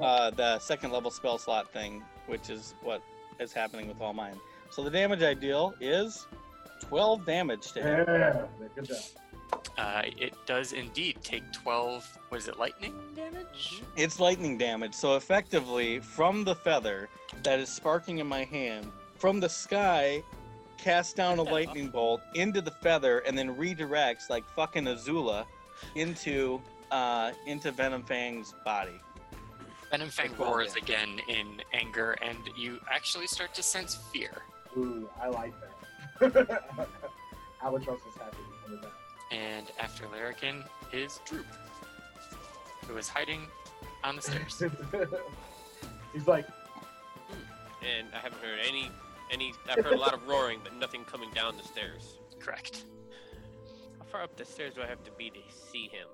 Speaker 5: uh, the second level spell slot thing, which is what is happening with all mine. So the damage I deal is 12 damage to him.
Speaker 8: yeah, good job.
Speaker 1: Uh, it does indeed take 12. Was it lightning damage?
Speaker 5: It's lightning damage, so effectively, from the feather that is sparking in my hand, from the sky, casts down a lightning bolt into the feather and then redirects like fucking Azula into uh, into Venom Fang's body.
Speaker 1: Venom Fang
Speaker 5: Like, well,
Speaker 1: roars
Speaker 5: yeah.
Speaker 1: again in anger, and you actually start to sense fear.
Speaker 8: Ooh, I like that. Albatross is happy in the back.
Speaker 1: And after Larrikin is Droop, who is hiding on the stairs.
Speaker 8: He's like,
Speaker 6: And I haven't heard any any. I've heard a lot of roaring, but nothing coming down the stairs.
Speaker 1: Correct.
Speaker 6: How far up the stairs do I have to be to see him?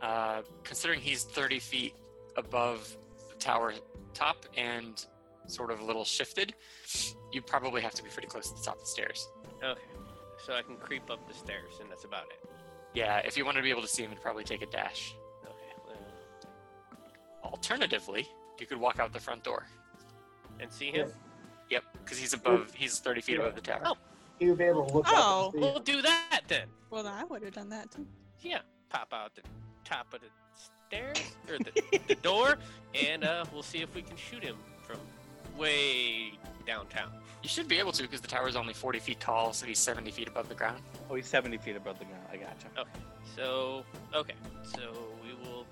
Speaker 1: Uh, considering he's 30 feet above the tower top and sort of a little shifted, you probably have to be pretty close to the top of the stairs.
Speaker 6: Okay, so I can creep up the stairs, and that's about it.
Speaker 1: Yeah, if you wanted to be able to see him, it'd probably take a dash.
Speaker 6: Okay, well,
Speaker 1: Alternatively, you could walk out the front door.
Speaker 6: and see him.
Speaker 1: Yep, because he's above. He's thirty feet above the tower.
Speaker 6: Oh.
Speaker 8: he would be able to look
Speaker 3: Oh,
Speaker 8: up and see.
Speaker 6: We'll do that then.
Speaker 3: well, I would have done that too.
Speaker 6: Yeah, pop out the top of the stairs or the, the door, and uh, we'll see if we can shoot him from way downtown.
Speaker 1: You should be able to because the tower is only forty feet tall, so he's seventy feet above the ground.
Speaker 5: Oh, he's 70 feet above the ground. I gotcha.
Speaker 6: So okay, so we will.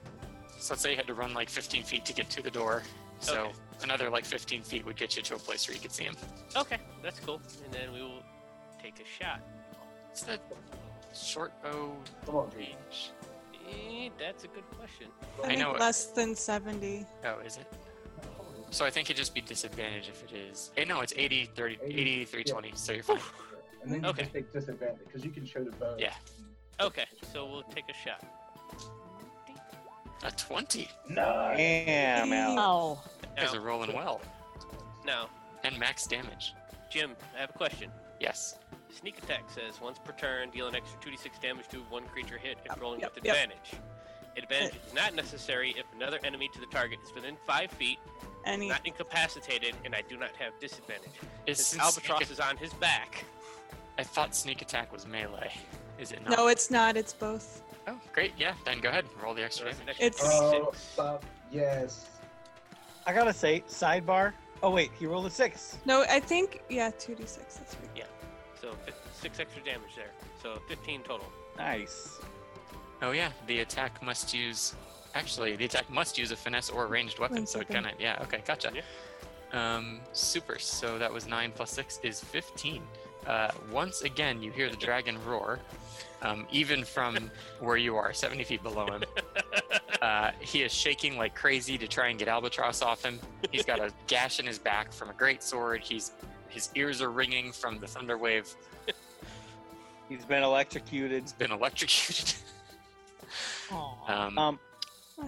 Speaker 1: So let's say you had to run like fifteen feet to get to the door. So
Speaker 6: Okay.
Speaker 1: another like fifteen feet would get you to a place where you could see him.
Speaker 6: Okay, that's cool, and then we will take a shot.
Speaker 1: It's the short bow
Speaker 8: Come on, Jim.
Speaker 1: range.
Speaker 6: Eh, that's a good question.
Speaker 3: I,
Speaker 1: I
Speaker 3: think
Speaker 1: know it.
Speaker 3: less than seventy.
Speaker 1: Oh, is it? So I think it'd just be disadvantage if it is. eh, no, it's 80, 30,
Speaker 8: 80,
Speaker 1: 80, 320, so you're fine.
Speaker 8: And then you
Speaker 6: Okay.
Speaker 8: just take disadvantage because you can show the bow.
Speaker 1: Yeah.
Speaker 6: Okay, so we'll take a shot.
Speaker 1: A 20.
Speaker 8: No.
Speaker 5: Damn, Alex.
Speaker 2: Oh,
Speaker 1: You guys
Speaker 6: Now-
Speaker 1: are rolling well.
Speaker 6: Now,
Speaker 1: And max damage.
Speaker 6: Jim, I have a question.
Speaker 1: Yes.
Speaker 6: Sneak attack says once per turn, deal an extra 2d6 damage to one creature hit if rolling
Speaker 3: Um, yep,
Speaker 6: with
Speaker 3: yep.
Speaker 6: advantage. Advantage is not necessary if another enemy to the target is within five feet,
Speaker 3: Any
Speaker 6: not incapacitated, and I do not have disadvantage.
Speaker 1: It's
Speaker 6: Since
Speaker 1: since
Speaker 6: Albatross
Speaker 1: sneak-
Speaker 6: is on his back.
Speaker 1: I thought sneak attack was melee. Is it not?
Speaker 3: No, it's not. It's both.
Speaker 1: Oh, great. Yeah, then go ahead. Roll the extra
Speaker 6: So that's an
Speaker 1: damage.
Speaker 6: extra
Speaker 3: It's-
Speaker 8: Oh,
Speaker 6: 2d6.
Speaker 8: stop. Yes.
Speaker 5: I gotta say, sidebar. Oh wait, he rolled a six.
Speaker 3: No, I think yeah, two d six. That's right.
Speaker 6: so fi- six extra damage there. So 15 total.
Speaker 5: Nice.
Speaker 1: Oh yeah, the attack must use. Actually, the attack must use a finesse or a ranged weapon.
Speaker 3: One
Speaker 1: So it
Speaker 3: second.
Speaker 1: kind of yeah. Okay, gotcha. Um, super. So that was nine plus six is fifteen. Uh, once again, you hear the dragon roar, um, even from where you are, 70 feet below him. Uh, he is shaking like crazy to try and get Albatross off him. He's got a gash in his back from a great sword. He's his ears are ringing from the thunder wave.
Speaker 5: He's been electrocuted.
Speaker 1: He's been electrocuted.
Speaker 2: Aw.
Speaker 1: um,
Speaker 5: Um,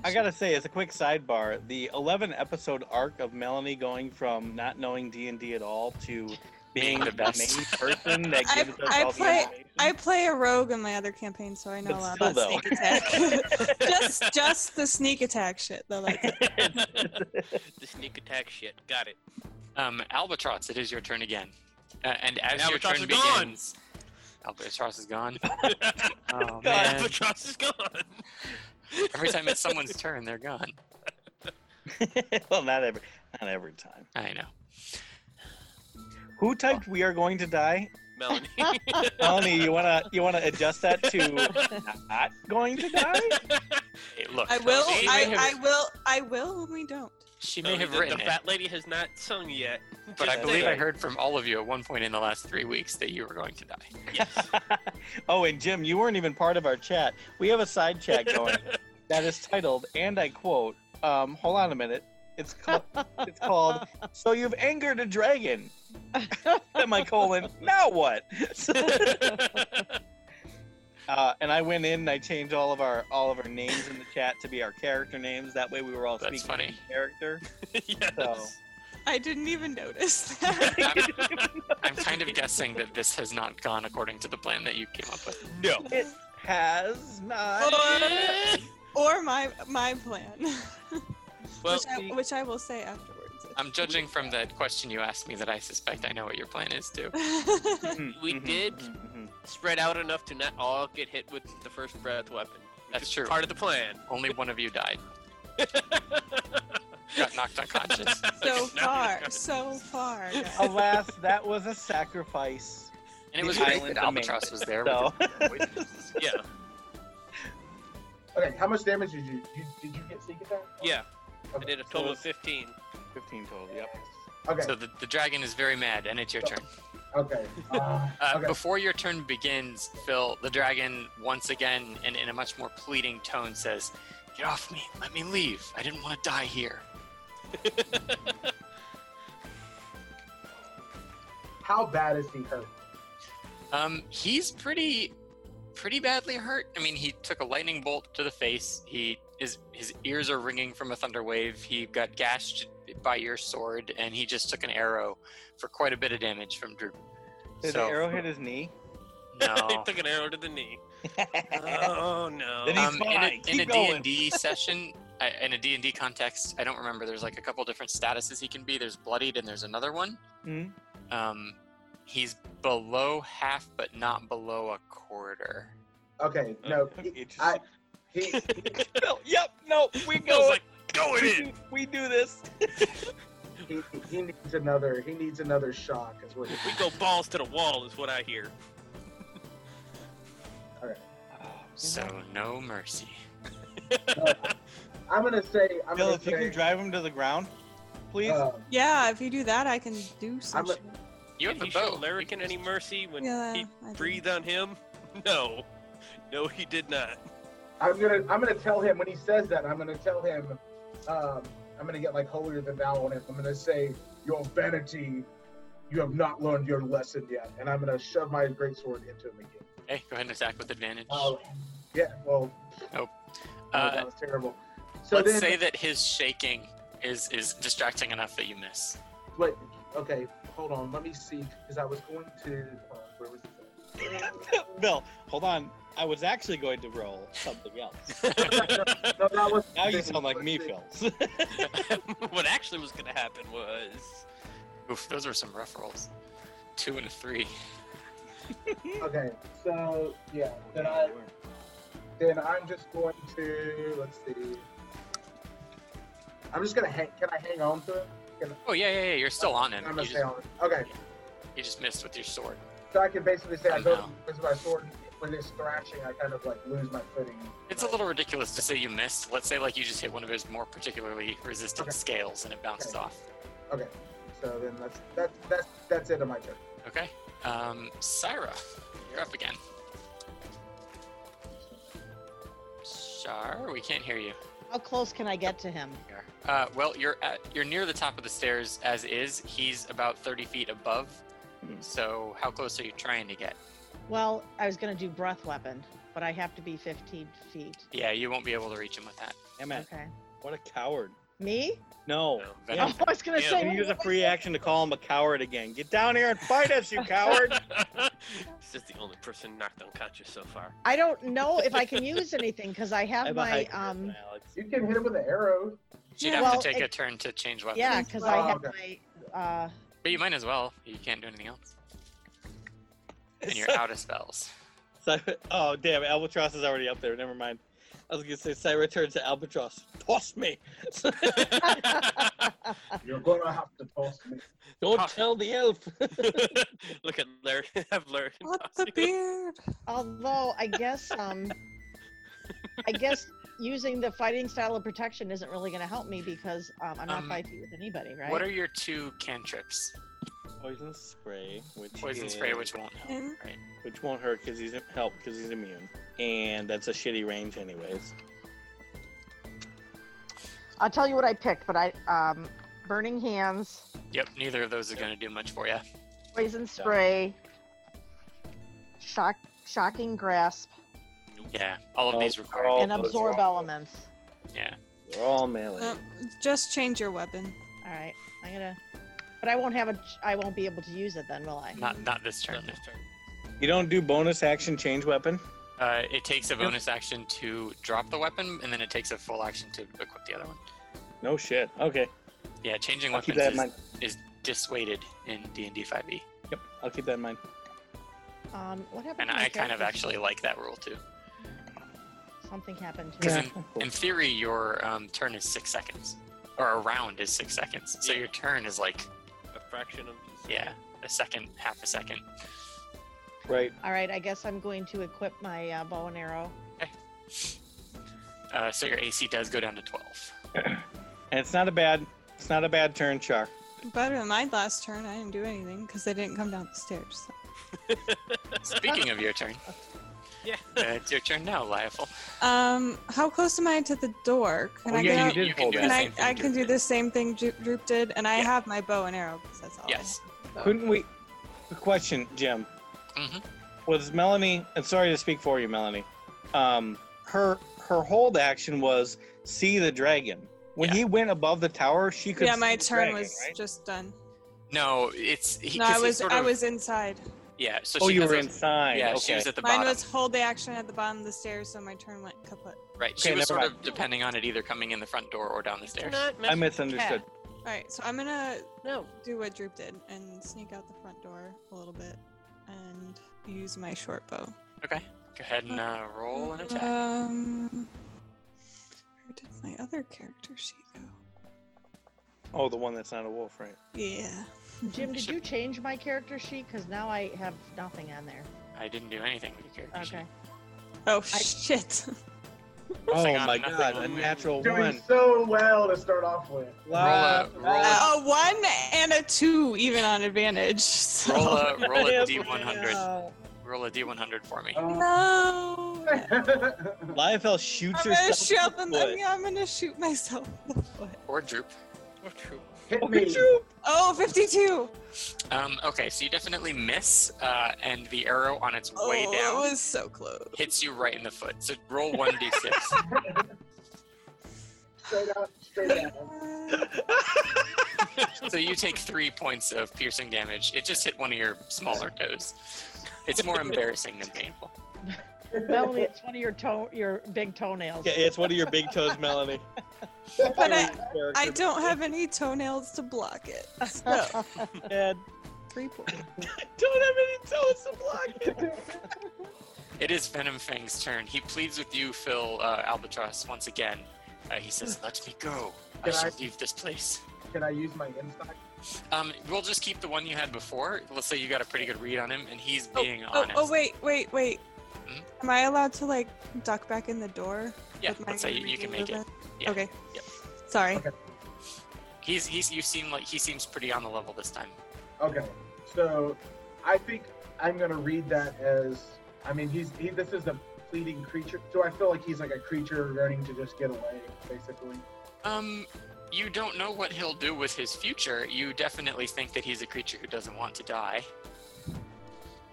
Speaker 5: I gotta say, as a quick sidebar, the 11 episode arc of Melanie going from not knowing D and D at all to being the
Speaker 1: best.
Speaker 5: main person that
Speaker 3: I-
Speaker 5: gives us
Speaker 3: I
Speaker 5: all
Speaker 3: play-
Speaker 5: the information.
Speaker 3: I play a rogue in my other campaign, so I know
Speaker 5: But
Speaker 3: a lot
Speaker 5: still,
Speaker 3: about sneak attack. just, just the sneak attack shit though. Like,
Speaker 6: the sneak attack shit. Got it.
Speaker 1: um, Albatross, it is your turn again. Uh, and as
Speaker 6: Albatross
Speaker 1: your
Speaker 6: is
Speaker 1: turn
Speaker 6: gone.
Speaker 1: begins, Albatross is gone. oh man!
Speaker 6: Albatross is gone.
Speaker 1: Every time it's someone's turn, they're gone.
Speaker 5: well, not every, not every time.
Speaker 1: I know.
Speaker 5: Who typed "We are going to die"?
Speaker 6: Melanie.
Speaker 5: Melanie, you wanna you wanna adjust that to not going to die?
Speaker 1: Hey, look,
Speaker 3: I will,
Speaker 1: She may have-
Speaker 3: I, I will, I will when we don't.
Speaker 1: she
Speaker 6: Melanie,
Speaker 1: may have
Speaker 6: the,
Speaker 1: written
Speaker 6: the
Speaker 1: it,
Speaker 6: fat lady has not sung yet.
Speaker 1: but I
Speaker 6: Just
Speaker 1: believe I
Speaker 6: saying.
Speaker 1: heard from all of you at one point in the last three weeks that you were going to die.
Speaker 5: oh, and Jim, you weren't even part of our chat. We have a side chat going that is titled, and I quote, um, hold on a minute. It's called, it's called So You've Angered a Dragon. Semicolon, now what? uh, and I went in and I changed all of our all of our names in the chat to be our character names. That way we were all
Speaker 1: That's
Speaker 5: speaking
Speaker 1: funny.
Speaker 5: in character.
Speaker 6: yes.
Speaker 5: So
Speaker 3: I didn't even notice that.
Speaker 1: I'm kind of guessing that this has not gone according to the plan that you came up with.
Speaker 6: No.
Speaker 5: it has not
Speaker 3: or my my plan,
Speaker 6: well,
Speaker 3: which, I, which I will say afterwards.
Speaker 1: I'm judging from that question you asked me that I suspect I know what your plan is too.
Speaker 6: We
Speaker 5: Mhm,
Speaker 6: did.
Speaker 5: mhm, mhm.
Speaker 6: spread out enough to not all get hit with the first breath weapon.
Speaker 1: That's
Speaker 6: It's
Speaker 1: true.
Speaker 6: Part of the plan.
Speaker 1: Only one of you died. Got knocked unconscious.
Speaker 3: so
Speaker 6: Now we're
Speaker 3: far,
Speaker 6: gonna-
Speaker 3: so far. guys.
Speaker 5: Alas, that was a sacrifice.
Speaker 1: And it was
Speaker 5: The
Speaker 1: great
Speaker 5: island
Speaker 1: that
Speaker 5: of man.
Speaker 1: Albatross was there.
Speaker 5: So,
Speaker 6: Yeah.
Speaker 4: Okay, how much damage did you, you did you get sneak attack?
Speaker 6: Yeah. I
Speaker 4: Okay,
Speaker 6: did a
Speaker 4: so
Speaker 6: total of
Speaker 4: it's-
Speaker 6: 15.
Speaker 5: 15 total, yep.
Speaker 4: Okay.
Speaker 1: So the, the dragon is very mad, and it's your turn.
Speaker 4: okay. Uh,
Speaker 1: Uh,
Speaker 4: okay.
Speaker 1: Before your turn begins, Phil, the dragon once again, and in a much more pleading tone, says, "Get off me! Let me leave! I didn't want to die here."
Speaker 4: How bad is he hurt?
Speaker 1: Um, he's pretty, pretty badly hurt. I mean, he took a lightning bolt to the face. He his his ears are ringing from a thunder wave. He got gashed by your sword, and he just took an arrow for quite a bit of damage from Droop.
Speaker 5: Did
Speaker 1: So-
Speaker 5: the arrow hit his knee?
Speaker 6: he
Speaker 1: No.
Speaker 6: took an arrow to the knee. oh, no.
Speaker 5: Then he- He's
Speaker 1: um, in
Speaker 5: fine.
Speaker 1: a, in a
Speaker 5: Keep going.
Speaker 1: D&D session, I- in a D&D context, I don't remember. There's like a couple different statuses he can be. There's bloodied and there's another one.
Speaker 5: Mhm.
Speaker 1: Um, he's below half, but not below a quarter.
Speaker 4: Okay, no.
Speaker 6: uh,
Speaker 4: He,
Speaker 5: It just-
Speaker 4: I, he,
Speaker 5: No, yep, no, we
Speaker 6: I
Speaker 5: go.
Speaker 6: was like, going
Speaker 5: we,
Speaker 6: in.
Speaker 5: do, we do this.
Speaker 4: he, he needs another he needs another shock is what he
Speaker 6: We go balls to the wall, is what I hear.
Speaker 1: So no mercy.
Speaker 4: I'm gonna say I'm
Speaker 5: Bill,
Speaker 4: gonna
Speaker 5: if you can
Speaker 4: say
Speaker 5: drive him to the ground, please.
Speaker 4: uh,
Speaker 3: yeah, if you do that, I can do some.
Speaker 4: I'm a-
Speaker 3: shit.
Speaker 1: You
Speaker 6: Did
Speaker 1: have a
Speaker 6: he show
Speaker 1: bow.
Speaker 6: Larrikin any mercy when
Speaker 3: Yeah,
Speaker 6: he
Speaker 3: I do.
Speaker 6: breathed on him? No. No, he did not.
Speaker 4: I'm gonna I'm gonna tell him when he says that I'm gonna tell him um, I'm gonna get like holier than thou on him. I'm gonna say your vanity, you have not learned your lesson yet, and I'm gonna shove my greatsword into him again.
Speaker 1: Hey, go ahead and attack with advantage.
Speaker 4: Oh, yeah. Well, oh,
Speaker 1: uh,
Speaker 4: that was terrible. So
Speaker 1: let's
Speaker 4: then,
Speaker 1: say that his shaking is is distracting enough that you miss.
Speaker 4: wait, okay, hold on. Let me see, because I was going to. Uh, where was it?
Speaker 5: Bill, hold on. I was actually going to roll something else.
Speaker 4: No, that was.
Speaker 5: Now you sound like me, Phil.
Speaker 6: what actually was going to happen was.
Speaker 1: Oof, those were some rough rolls. Two and a three.
Speaker 4: Okay, so yeah, then I then I'm just going to let's see. I'm just gonna hang. Can I hang on to it?
Speaker 1: Oh yeah, yeah, yeah. You're still on him.
Speaker 4: I'm
Speaker 1: You
Speaker 4: gonna stay
Speaker 1: just,
Speaker 4: on it. Okay,
Speaker 1: you just missed with your sword.
Speaker 4: so I can basically say I
Speaker 1: I'm
Speaker 4: go
Speaker 1: down.
Speaker 4: with my sword. and When it's thrashing, I kind of like lose my footing.
Speaker 1: It's a little ridiculous to say you missed. Let's say like you just hit one of his more particularly resistant
Speaker 4: Okay.
Speaker 1: scales and it bounces
Speaker 4: Okay.
Speaker 1: off.
Speaker 4: So then that's that's that's that's it on my turn.
Speaker 1: Okay. Um, Syra, you're up again. Shar, we can't hear you.
Speaker 2: How close can I get to him?
Speaker 1: Here. Uh, well, you're at you're near the top of the stairs as is. He's about thirty feet above.
Speaker 5: Hmm.
Speaker 1: So how close are you trying to get?
Speaker 2: Well, I was gonna do breath weapon, but I have to be 15 feet.
Speaker 1: Yeah, you won't be able to reach him with that.
Speaker 5: Damn it.
Speaker 2: Okay.
Speaker 5: What a coward.
Speaker 2: Me?
Speaker 5: No.
Speaker 1: No,
Speaker 5: Damn
Speaker 2: Oh,
Speaker 5: it.
Speaker 2: I was gonna
Speaker 6: Yeah,
Speaker 2: say.
Speaker 5: Can you use a free action to call him a coward again? Get down here and fight us, you coward!
Speaker 6: this is the only person knocked unconscious so far.
Speaker 2: I don't know if I can use anything because I
Speaker 5: I
Speaker 2: have
Speaker 5: have a
Speaker 2: my
Speaker 5: high charisma,
Speaker 2: um.
Speaker 5: Alex.
Speaker 8: You can hit him with an arrow.
Speaker 1: You'd
Speaker 3: Yeah.
Speaker 1: have
Speaker 2: Well,
Speaker 1: to take
Speaker 2: it-
Speaker 1: a turn to change weapons.
Speaker 2: Yeah, because I
Speaker 8: Oh,
Speaker 2: have my. Uh,
Speaker 1: But you might as well. You can't do anything else. And you're out of spells.
Speaker 5: Cy- oh damn, Albatross is already up there. Never mind. I was gonna say Cyra turns to Albatross. Toss me.
Speaker 2: uh,
Speaker 8: You're gonna have to toss me.
Speaker 5: Don't
Speaker 6: Toss-
Speaker 5: tell the elf.
Speaker 6: Look at Larry. I've learned.
Speaker 3: What the beard?
Speaker 2: although I guess um, I guess using the fighting style of protection isn't really going to help me because um, I'm not
Speaker 1: Um,
Speaker 2: five feet with anybody, right?
Speaker 1: What are your two cantrips?
Speaker 5: Poison spray, which
Speaker 1: Poison
Speaker 5: is,
Speaker 1: spray, which won't help.
Speaker 3: Mm.
Speaker 1: Right.
Speaker 5: which won't hurt because he's help because he's immune, and that's a shitty range anyways.
Speaker 2: I'll tell you what I picked, but I um, burning hands,
Speaker 1: Yep. Neither of those are going to do much for you.
Speaker 2: poison spray, shock, shocking grasp,
Speaker 1: Yeah. All of these
Speaker 5: Oh,
Speaker 1: require.
Speaker 5: oh.
Speaker 2: and
Speaker 5: those
Speaker 2: absorb
Speaker 5: are-
Speaker 2: elements.
Speaker 1: Yeah.
Speaker 5: They're all melee.
Speaker 3: Um, just change your weapon.
Speaker 2: All right, I'm gonna. But I won't have a. I won't be able to use it then, will I?
Speaker 1: Not not this
Speaker 6: Not
Speaker 1: turn.
Speaker 6: this turn.
Speaker 5: you don't do bonus action change weapon.
Speaker 1: Uh, it takes a bonus action to drop the weapon, and then it takes a full action to equip the other one.
Speaker 5: No shit. Okay,
Speaker 1: Yeah, changing
Speaker 5: I'll keep
Speaker 1: weapons
Speaker 5: that in
Speaker 1: is,
Speaker 5: mind.
Speaker 1: is dissuaded in D and D E, 5e,
Speaker 5: Yep, I'll keep that in mind.
Speaker 2: Um, what happened?
Speaker 1: and
Speaker 2: to my
Speaker 1: I kind of
Speaker 2: character?
Speaker 1: actually like that rule too.
Speaker 2: Something happened. to
Speaker 1: Because
Speaker 2: it.
Speaker 1: in, in theory, your um, turn is six seconds, or a round is six seconds. So your turn is like,
Speaker 6: A fraction of.
Speaker 1: yeah, a second, half a second.
Speaker 5: Right.
Speaker 2: All right, I guess I'm going to equip my uh, bow and arrow.
Speaker 1: Uh, so your AC does go down to 12.
Speaker 5: And it's not a bad it's not a bad turn, Char.
Speaker 3: Better than my last turn. I didn't do anything because I didn't come down the stairs. so.
Speaker 1: Speaking of your turn,
Speaker 6: Yeah.
Speaker 1: uh, it's your turn now, Liefel.
Speaker 3: Um, how close am I to the door? Can
Speaker 5: Well,
Speaker 3: I
Speaker 5: yeah,
Speaker 3: get
Speaker 5: you
Speaker 3: out?
Speaker 5: did
Speaker 1: can
Speaker 5: hold
Speaker 1: do
Speaker 5: that.
Speaker 1: the
Speaker 3: Can
Speaker 1: same
Speaker 3: I?
Speaker 1: thing
Speaker 3: I can
Speaker 1: Drew
Speaker 3: do
Speaker 1: did.
Speaker 3: the same thing Dro- Droop did, and I
Speaker 1: Yeah.
Speaker 3: have my bow and arrow because that's all. I
Speaker 1: Yes.
Speaker 3: have.
Speaker 5: Couldn't we? Good question, Jim.
Speaker 1: Mhm.
Speaker 5: Was Melanie? And sorry to speak for you, Melanie. Um, her her hold action was see the dragon. When
Speaker 1: Yeah.
Speaker 5: he went above the tower, she could.
Speaker 3: Yeah, my
Speaker 5: see the
Speaker 3: turn
Speaker 5: dragon,
Speaker 3: was
Speaker 5: right?
Speaker 3: just done.
Speaker 1: No, it's. He,
Speaker 3: No,
Speaker 1: 'cause
Speaker 3: I
Speaker 1: he
Speaker 3: was
Speaker 1: sort
Speaker 3: I
Speaker 1: of-
Speaker 3: was inside.
Speaker 1: Yeah, so
Speaker 5: Oh,
Speaker 1: she
Speaker 5: you
Speaker 1: was
Speaker 5: were
Speaker 1: at-
Speaker 5: inside.
Speaker 1: Yeah,
Speaker 5: okay.
Speaker 1: she was at the
Speaker 3: Mine
Speaker 1: bottom.
Speaker 3: was hold the action at the bottom of the stairs, so my turn went kaput.
Speaker 1: Right, she
Speaker 5: Okay,
Speaker 1: was
Speaker 5: never
Speaker 1: sort
Speaker 5: mind.
Speaker 1: of depending on it either coming in the front door or down the
Speaker 6: Do
Speaker 1: stairs.
Speaker 6: not mess
Speaker 5: I
Speaker 6: with
Speaker 5: misunderstood.
Speaker 3: All right, so I'm gonna
Speaker 6: the cat. No.
Speaker 3: do what Droop did and sneak out the front door a little bit and use my short bow.
Speaker 1: Okay, go ahead and uh, roll an attack.
Speaker 3: Um, where did my other character sheet go?
Speaker 5: Oh, the one that's not a wolf, right?
Speaker 3: Yeah.
Speaker 2: Jim, did
Speaker 1: Sure.
Speaker 2: you change my character sheet? Because now I have nothing on there.
Speaker 1: I didn't do anything with your character
Speaker 2: Okay.
Speaker 3: Oh shit.
Speaker 5: Oh
Speaker 1: Hang on,
Speaker 5: my
Speaker 1: nothing
Speaker 5: god,
Speaker 1: will
Speaker 5: a
Speaker 1: move.
Speaker 5: natural
Speaker 8: Doing
Speaker 5: one.
Speaker 8: so well to start off with.
Speaker 1: a- roll
Speaker 5: Wow.
Speaker 3: a one and a two, even on
Speaker 1: sheet.
Speaker 3: advantage.
Speaker 1: Roll
Speaker 3: So.
Speaker 1: a, roll a
Speaker 5: Yeah,
Speaker 1: D100.
Speaker 2: Uh,
Speaker 1: Roll a D100 for me.
Speaker 3: No.
Speaker 5: Liefel shoots
Speaker 3: I'm gonna
Speaker 5: herself.
Speaker 3: shoot
Speaker 5: in
Speaker 3: them.
Speaker 5: the foot.
Speaker 3: Yeah, I'm gonna shoot mymyself in the foot.
Speaker 1: Or droop.
Speaker 6: Or true.
Speaker 8: Hit
Speaker 5: Oh,
Speaker 8: me.
Speaker 5: shoot.
Speaker 3: Oh, 52.
Speaker 1: Um, okay, so you definitely miss, uh, and the arrow on its
Speaker 3: Oh,
Speaker 1: way down
Speaker 3: it was so close.
Speaker 1: hits you right in the foot. So roll 1d6.
Speaker 8: Straight up, straight up.
Speaker 3: Uh,
Speaker 1: so you take three points of piercing damage. It just hit one of your smaller toes. It's more embarrassing than painful.
Speaker 2: Melanie, it's one of your toe, your big toenails.
Speaker 5: Yeah, it's one of your big toes, Melanie.
Speaker 3: But I-
Speaker 5: Character.
Speaker 3: I don't have any toenails to block it. Oh, So,
Speaker 5: Dad.
Speaker 3: three points.
Speaker 5: don't have any toes to block it.
Speaker 1: It is Venom Fang's turn. He pleads with you, Phil uh, Albatross, once again. Uh, he says, "Let me go. I
Speaker 8: Can I-
Speaker 1: shall leave this place."
Speaker 8: Can I use my insight?
Speaker 1: Um, we'll just keep the one you had before. Let's say you got a pretty good read on him, and he's being
Speaker 3: Oh,
Speaker 1: honest.
Speaker 3: oh, wait, wait, wait.
Speaker 1: Mhm.
Speaker 3: Am I allowed to like duck back in the door?
Speaker 1: yeah,
Speaker 3: with my
Speaker 1: let's say you, you can make it.
Speaker 3: movement?
Speaker 1: Yeah,
Speaker 3: Okay.
Speaker 1: yep.
Speaker 3: Sorry.
Speaker 8: Okay.
Speaker 1: He's he's you seem like he seems pretty on the level this time.
Speaker 8: Okay, so
Speaker 4: I think I'm gonna read that as. I mean, he's he. This is a pleading creature. Do I feel like he's like a creature learning to just get away, basically?
Speaker 1: Um, you don't know what he'll do with his future. You definitely think that he's a creature who doesn't want to die,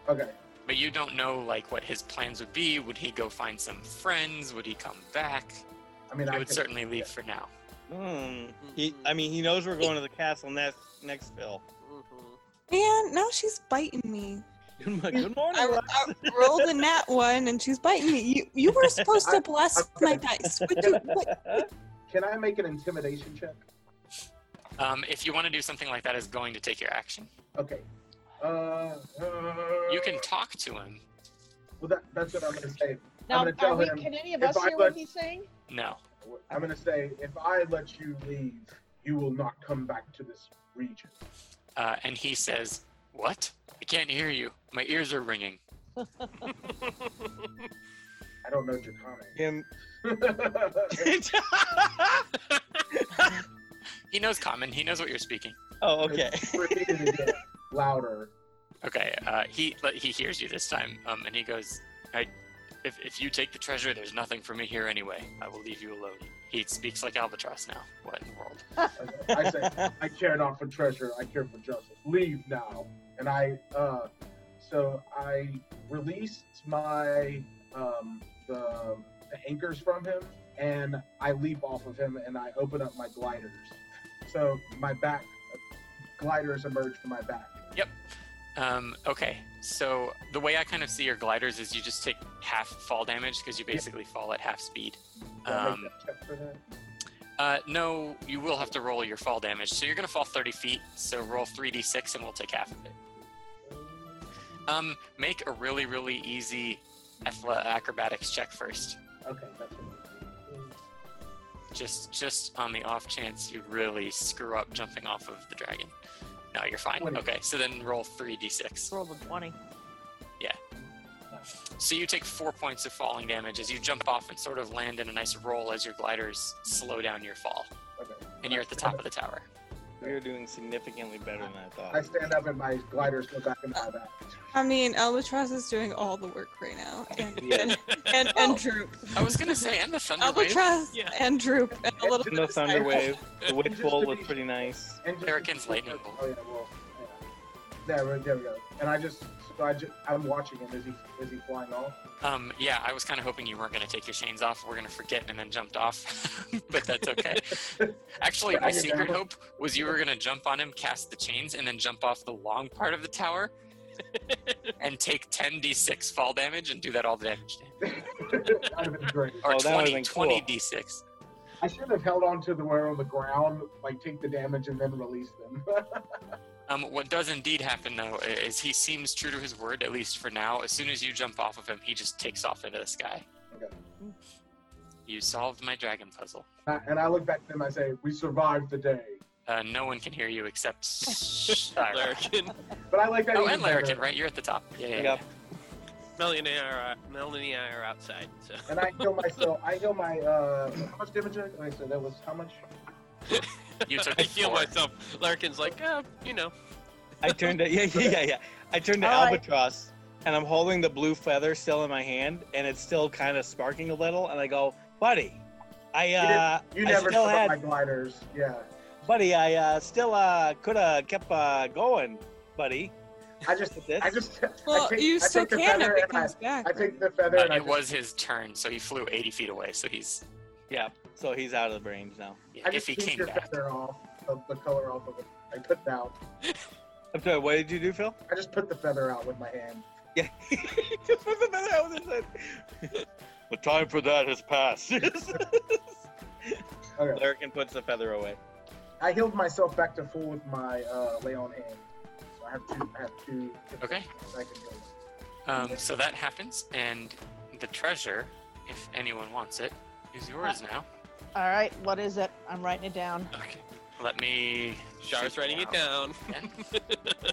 Speaker 4: Okay.
Speaker 1: but you don't know like what his plans would be. Would he go find some friends? Would he come back?
Speaker 4: I mean,
Speaker 1: I
Speaker 4: I
Speaker 1: would
Speaker 4: can-
Speaker 1: certainly leave for now.
Speaker 5: Hmm. He, I mean, he knows we're going to the castle next, next Phil.
Speaker 6: Mm-hmm.
Speaker 3: Man, now she's biting me.
Speaker 5: Good mo- good morning.
Speaker 3: I,
Speaker 5: Rob.
Speaker 3: I rolled a nat one and she's biting me. You, you were supposed to bless my dice. What do, what,
Speaker 4: Can I make an intimidation check?
Speaker 1: Um, if you want to do something like that, is going to take your action.
Speaker 4: Okay. Uh,
Speaker 1: You can talk to him.
Speaker 4: Well, that, that's what I'm gonna say.
Speaker 2: Now,
Speaker 4: gonna
Speaker 2: are
Speaker 4: tell
Speaker 2: we,
Speaker 4: him
Speaker 2: can any of
Speaker 4: if
Speaker 2: us
Speaker 4: I
Speaker 2: hear what
Speaker 4: let-
Speaker 2: he's saying?
Speaker 1: No.
Speaker 4: I'm gonna say, if I let you leave, you will not come back to this region.
Speaker 1: Uh, and he says, "What? I can't hear you. My ears are ringing."
Speaker 4: I don't know Jakami.
Speaker 5: Can-
Speaker 1: He knows common. He knows what you're speaking.
Speaker 5: oh, okay.
Speaker 4: Repeated again, louder.
Speaker 1: Okay. Uh, he but he hears you this time, um, and he goes, "I, if if you take the treasure, there's nothing for me here anyway. I will leave you alone." He speaks like albatross now. What in the world?
Speaker 4: I say, I care not for treasure. I care for justice. Leave now. And I, uh, so I released my um, the, the anchors from him, and I leap off of him, and I open up my gliders. So my back gliders emerge from my back.
Speaker 1: Um, okay. So the way I kind of see your gliders is you just take half fall damage because you basically fall at half speed.
Speaker 4: Do I make
Speaker 1: Um,
Speaker 4: that check for that?
Speaker 1: uh, no, you will have to roll your fall damage. So you're gonna fall 30 feet. So roll 3d6 and we'll take half of it. Um, make a really really easy athle- acrobatics check first.
Speaker 4: Okay, that's what
Speaker 1: Just just on the off chance you really screw up jumping off of the dragon. No, you're fine.
Speaker 4: Twenty.
Speaker 1: Okay, so then roll 3d6.
Speaker 2: Roll the 20.
Speaker 1: So you take four points of falling damage as you jump off and sort of land in a nice roll as your gliders slow down your fall.
Speaker 4: Okay.
Speaker 1: And you're at the top of the tower.
Speaker 5: We are doing significantly better than I
Speaker 4: I
Speaker 5: thought.
Speaker 4: stand up and my gliders go back into my back.
Speaker 3: I mean, Albatross is doing all the work right now. And,
Speaker 5: Yeah.
Speaker 3: and, and, and
Speaker 1: Oh.
Speaker 3: Droop.
Speaker 1: I was gonna say, and the thunder wave.
Speaker 3: Albatross
Speaker 6: Yeah.
Speaker 3: and Droop and a little
Speaker 5: And the
Speaker 3: bit of
Speaker 5: thunder
Speaker 3: Siren.
Speaker 5: wave. The witch
Speaker 4: Just
Speaker 5: bolt
Speaker 4: to
Speaker 5: was
Speaker 4: be-
Speaker 5: pretty nice.
Speaker 4: And just,
Speaker 1: Hurricane's lightning bolt.
Speaker 4: Oh yeah, well, yeah. There, we- there we go. And I just, so I just, I'm watching him. Is he, is he flying off?
Speaker 1: Um, yeah, I was kind of hoping you weren't gonna take your chains off. We're gonna forget and then jumped off, but that's okay. Actually, my
Speaker 4: Dragon
Speaker 1: secret
Speaker 4: down.
Speaker 1: hope was you were gonna jump on him, cast the chains, and then jump off the long part of the tower, and take 10d6 fall damage and do that all the damage. to him.
Speaker 4: That'd have been great.
Speaker 1: Or
Speaker 5: Oh, that would've
Speaker 1: 20,
Speaker 5: been
Speaker 1: 20
Speaker 5: cool.
Speaker 1: d6.
Speaker 4: I should have held on to the where on the ground, like take the damage and then release them.
Speaker 1: Um, what does indeed happen, though, i- is he seems true to his word, at least for now. As soon as you jump off of him, he just takes off into the sky.
Speaker 4: Okay.
Speaker 1: You solved my dragon puzzle.
Speaker 4: Uh, and I look back at him. I say, "We survived the day."
Speaker 1: Uh, no one can hear you except Shira.
Speaker 6: Larrikin.
Speaker 4: But I like that.
Speaker 1: Oh,
Speaker 4: even
Speaker 1: and Larrikin,
Speaker 4: better.
Speaker 1: right? You're at the top. Yeah, yeah,
Speaker 5: Yep.
Speaker 1: yeah.
Speaker 6: Melanie and I are, Melanie and I are outside, so.
Speaker 4: And I heal myself. I heal my. Uh, how much damage? did I- Like I said, that was how much?
Speaker 1: You took
Speaker 6: I heal
Speaker 1: four.
Speaker 6: myself. Larkin's like, uh, you know.
Speaker 5: I turned to yeah yeah yeah yeah. I turned to
Speaker 2: All right.
Speaker 5: albatross, and I'm holding the blue feather still in my hand, and it's still kind of sparking a little. And I go, buddy, I uh,
Speaker 4: You
Speaker 5: I
Speaker 4: never
Speaker 5: still
Speaker 4: took
Speaker 5: had-
Speaker 4: my gliders. Yeah.
Speaker 5: buddy, I uh, still uh, could have kept uh, going, buddy.
Speaker 4: I just.
Speaker 5: With this.
Speaker 4: I just.
Speaker 3: Well,
Speaker 4: I take,
Speaker 3: you
Speaker 4: I
Speaker 3: still
Speaker 4: take the
Speaker 3: can if
Speaker 4: feather
Speaker 3: it
Speaker 4: and I-
Speaker 3: comes back.
Speaker 4: I take the feather. and
Speaker 1: Uh,
Speaker 4: I
Speaker 1: it
Speaker 4: just-
Speaker 1: was his turn, so he flew 80 feet away. So he's,
Speaker 5: yeah. So he's out of the range now.
Speaker 1: yeah,
Speaker 4: I
Speaker 1: if
Speaker 4: just
Speaker 1: he
Speaker 4: peeled
Speaker 1: came
Speaker 4: your
Speaker 1: back,
Speaker 4: feather off of the color off of it. I put it out.
Speaker 5: I'm sorry. What did you do, Phil?
Speaker 4: I just put the feather out with my hand.
Speaker 5: Yeah. he just put the feather out with his head. the time for that has passed.
Speaker 4: Okay.
Speaker 5: Larkin puts the feather away.
Speaker 4: I healed myself back to full with my uh, lay on hand. So I have two. I have two.
Speaker 1: Okay.
Speaker 4: I can heal.
Speaker 1: um, so that happens, and the treasure, if anyone wants it, is yours
Speaker 6: Ah.
Speaker 1: now.
Speaker 2: All right, what is it? I'm writing it down.
Speaker 6: Okay.
Speaker 1: Let me.
Speaker 6: Char's
Speaker 1: shoot
Speaker 6: writing it down.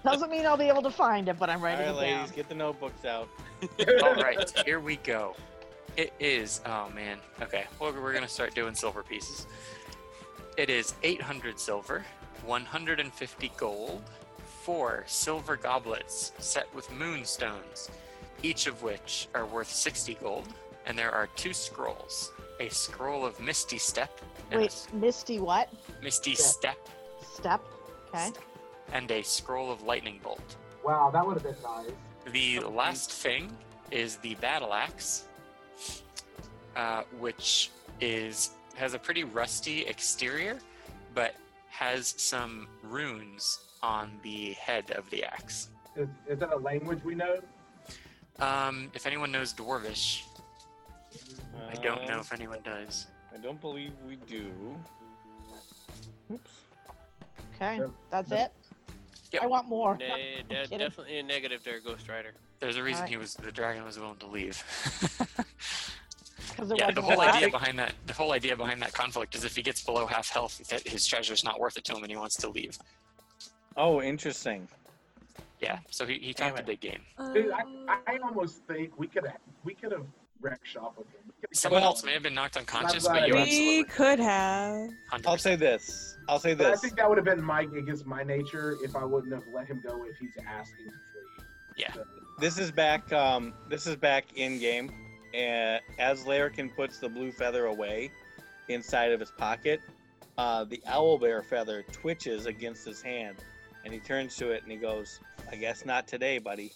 Speaker 2: Doesn't mean I'll be able to find it, but I'm
Speaker 5: All
Speaker 2: writing
Speaker 5: right,
Speaker 2: it down.
Speaker 5: ladies, get the notebooks out.
Speaker 1: All right, here we go. It is. Oh man. Okay. Well, we're gonna start doing silver pieces. It is 800 silver, 150 gold, four silver goblets set with moonstones, each of which are worth 60 gold, and there are two scrolls a scroll of Misty Step, and a
Speaker 2: Wait, Misty, what?
Speaker 1: s- Misty
Speaker 4: Step.
Speaker 1: Step,
Speaker 2: Step. Okay.
Speaker 1: and a scroll of Lightning Bolt.
Speaker 4: Wow, that would have been nice.
Speaker 1: The last thing is the battle axe, uh, which is has a pretty rusty exterior, but has some runes on the head of the axe.
Speaker 4: Is, is that a language we know?
Speaker 1: Um, if anyone knows Dwarvish, I don't know if anyone does.
Speaker 5: Uh, I don't believe we do.
Speaker 2: Okay.
Speaker 4: Yep.
Speaker 2: That's
Speaker 4: Yep.
Speaker 2: it.
Speaker 1: Yep.
Speaker 2: I want more.
Speaker 6: Ne- de-
Speaker 2: kidding.
Speaker 6: definitely a negative there, Ghost Rider.
Speaker 1: There's a reason
Speaker 2: Alright.
Speaker 1: he was the dragon was willing to leave.
Speaker 2: 'Cause it
Speaker 1: yeah,
Speaker 2: wasn't
Speaker 1: the whole
Speaker 2: allowed.
Speaker 1: idea behind that the whole idea behind that conflict is if he gets below half health, that his treasure's not worth it to him, and he wants to leave.
Speaker 5: Oh, interesting.
Speaker 1: Yeah, so he, he
Speaker 5: Damn
Speaker 1: talked a big
Speaker 5: it.
Speaker 1: game.
Speaker 3: Uh,
Speaker 4: Dude, I, I almost think we could have we could have wrecked shop with him. We could have
Speaker 1: Someone
Speaker 5: Well-
Speaker 1: else may have been knocked unconscious,
Speaker 4: glad
Speaker 1: but you
Speaker 4: I-
Speaker 3: we
Speaker 1: absolutely
Speaker 3: could have.
Speaker 1: 100%.
Speaker 5: I'll say this. I'll say
Speaker 4: But I
Speaker 5: this.
Speaker 4: think that would have been my against my nature if I wouldn't have let him go if he's asking to flee.
Speaker 1: Yeah.
Speaker 4: So,
Speaker 5: This is back. Um, this is back in game, and as Larrikin puts the blue feather away inside of his pocket, uh, the owl bear feather twitches against his hand, and he turns to it and he goes, "I guess not today, buddy."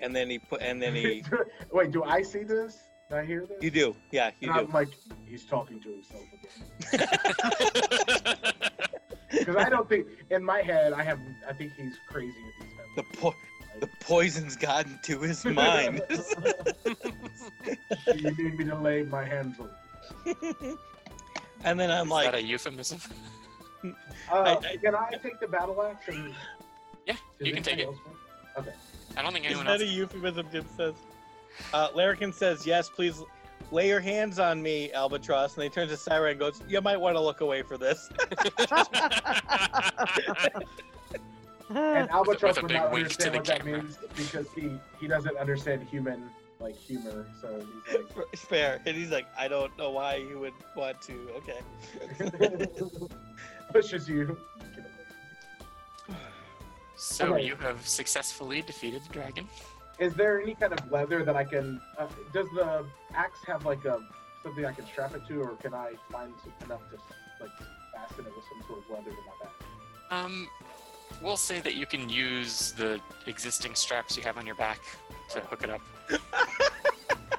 Speaker 5: and then he put, and then he,
Speaker 4: wait, do I see this? Do I hear this?
Speaker 5: you do, yeah, you
Speaker 4: And I'm
Speaker 5: do.
Speaker 4: like, he's talking to himself again. Because I don't think in my head I have I think he's crazy with these
Speaker 5: The po- the poison's gotten to his mind.
Speaker 4: memories. you need me to lay my hands on.
Speaker 5: and then I'm
Speaker 1: Is
Speaker 5: like,
Speaker 1: that a euphemism?
Speaker 4: Uh,
Speaker 5: I- I-
Speaker 4: can I take the battle axe? And,
Speaker 1: Yeah, you can take it. I don't think
Speaker 5: Is
Speaker 1: anyone
Speaker 5: that
Speaker 1: else.
Speaker 5: a euphemism, Jim says? Uh, Larrikin says, yes, please lay your hands on me, Albatross. And he turns to Siren and goes, you might want to look away for this.
Speaker 4: And Albatross
Speaker 1: With a
Speaker 4: would
Speaker 1: big
Speaker 4: not
Speaker 1: wink to
Speaker 4: understand
Speaker 1: the
Speaker 4: what that
Speaker 1: camera.
Speaker 4: means because he he doesn't understand human like humor. So he's like,
Speaker 5: Fair. And he's like, I don't know why you would want to. Okay.
Speaker 4: pushes you.
Speaker 1: So
Speaker 4: Okay.
Speaker 1: you have successfully defeated the dragon.
Speaker 4: Is there any kind of leather that I can? Uh, does the axe have like a something I can strap it to, or can I find enough to like fasten it with some sort of leather to my back?
Speaker 1: Um, we'll say that you can use the existing straps you have on your back to hook it up.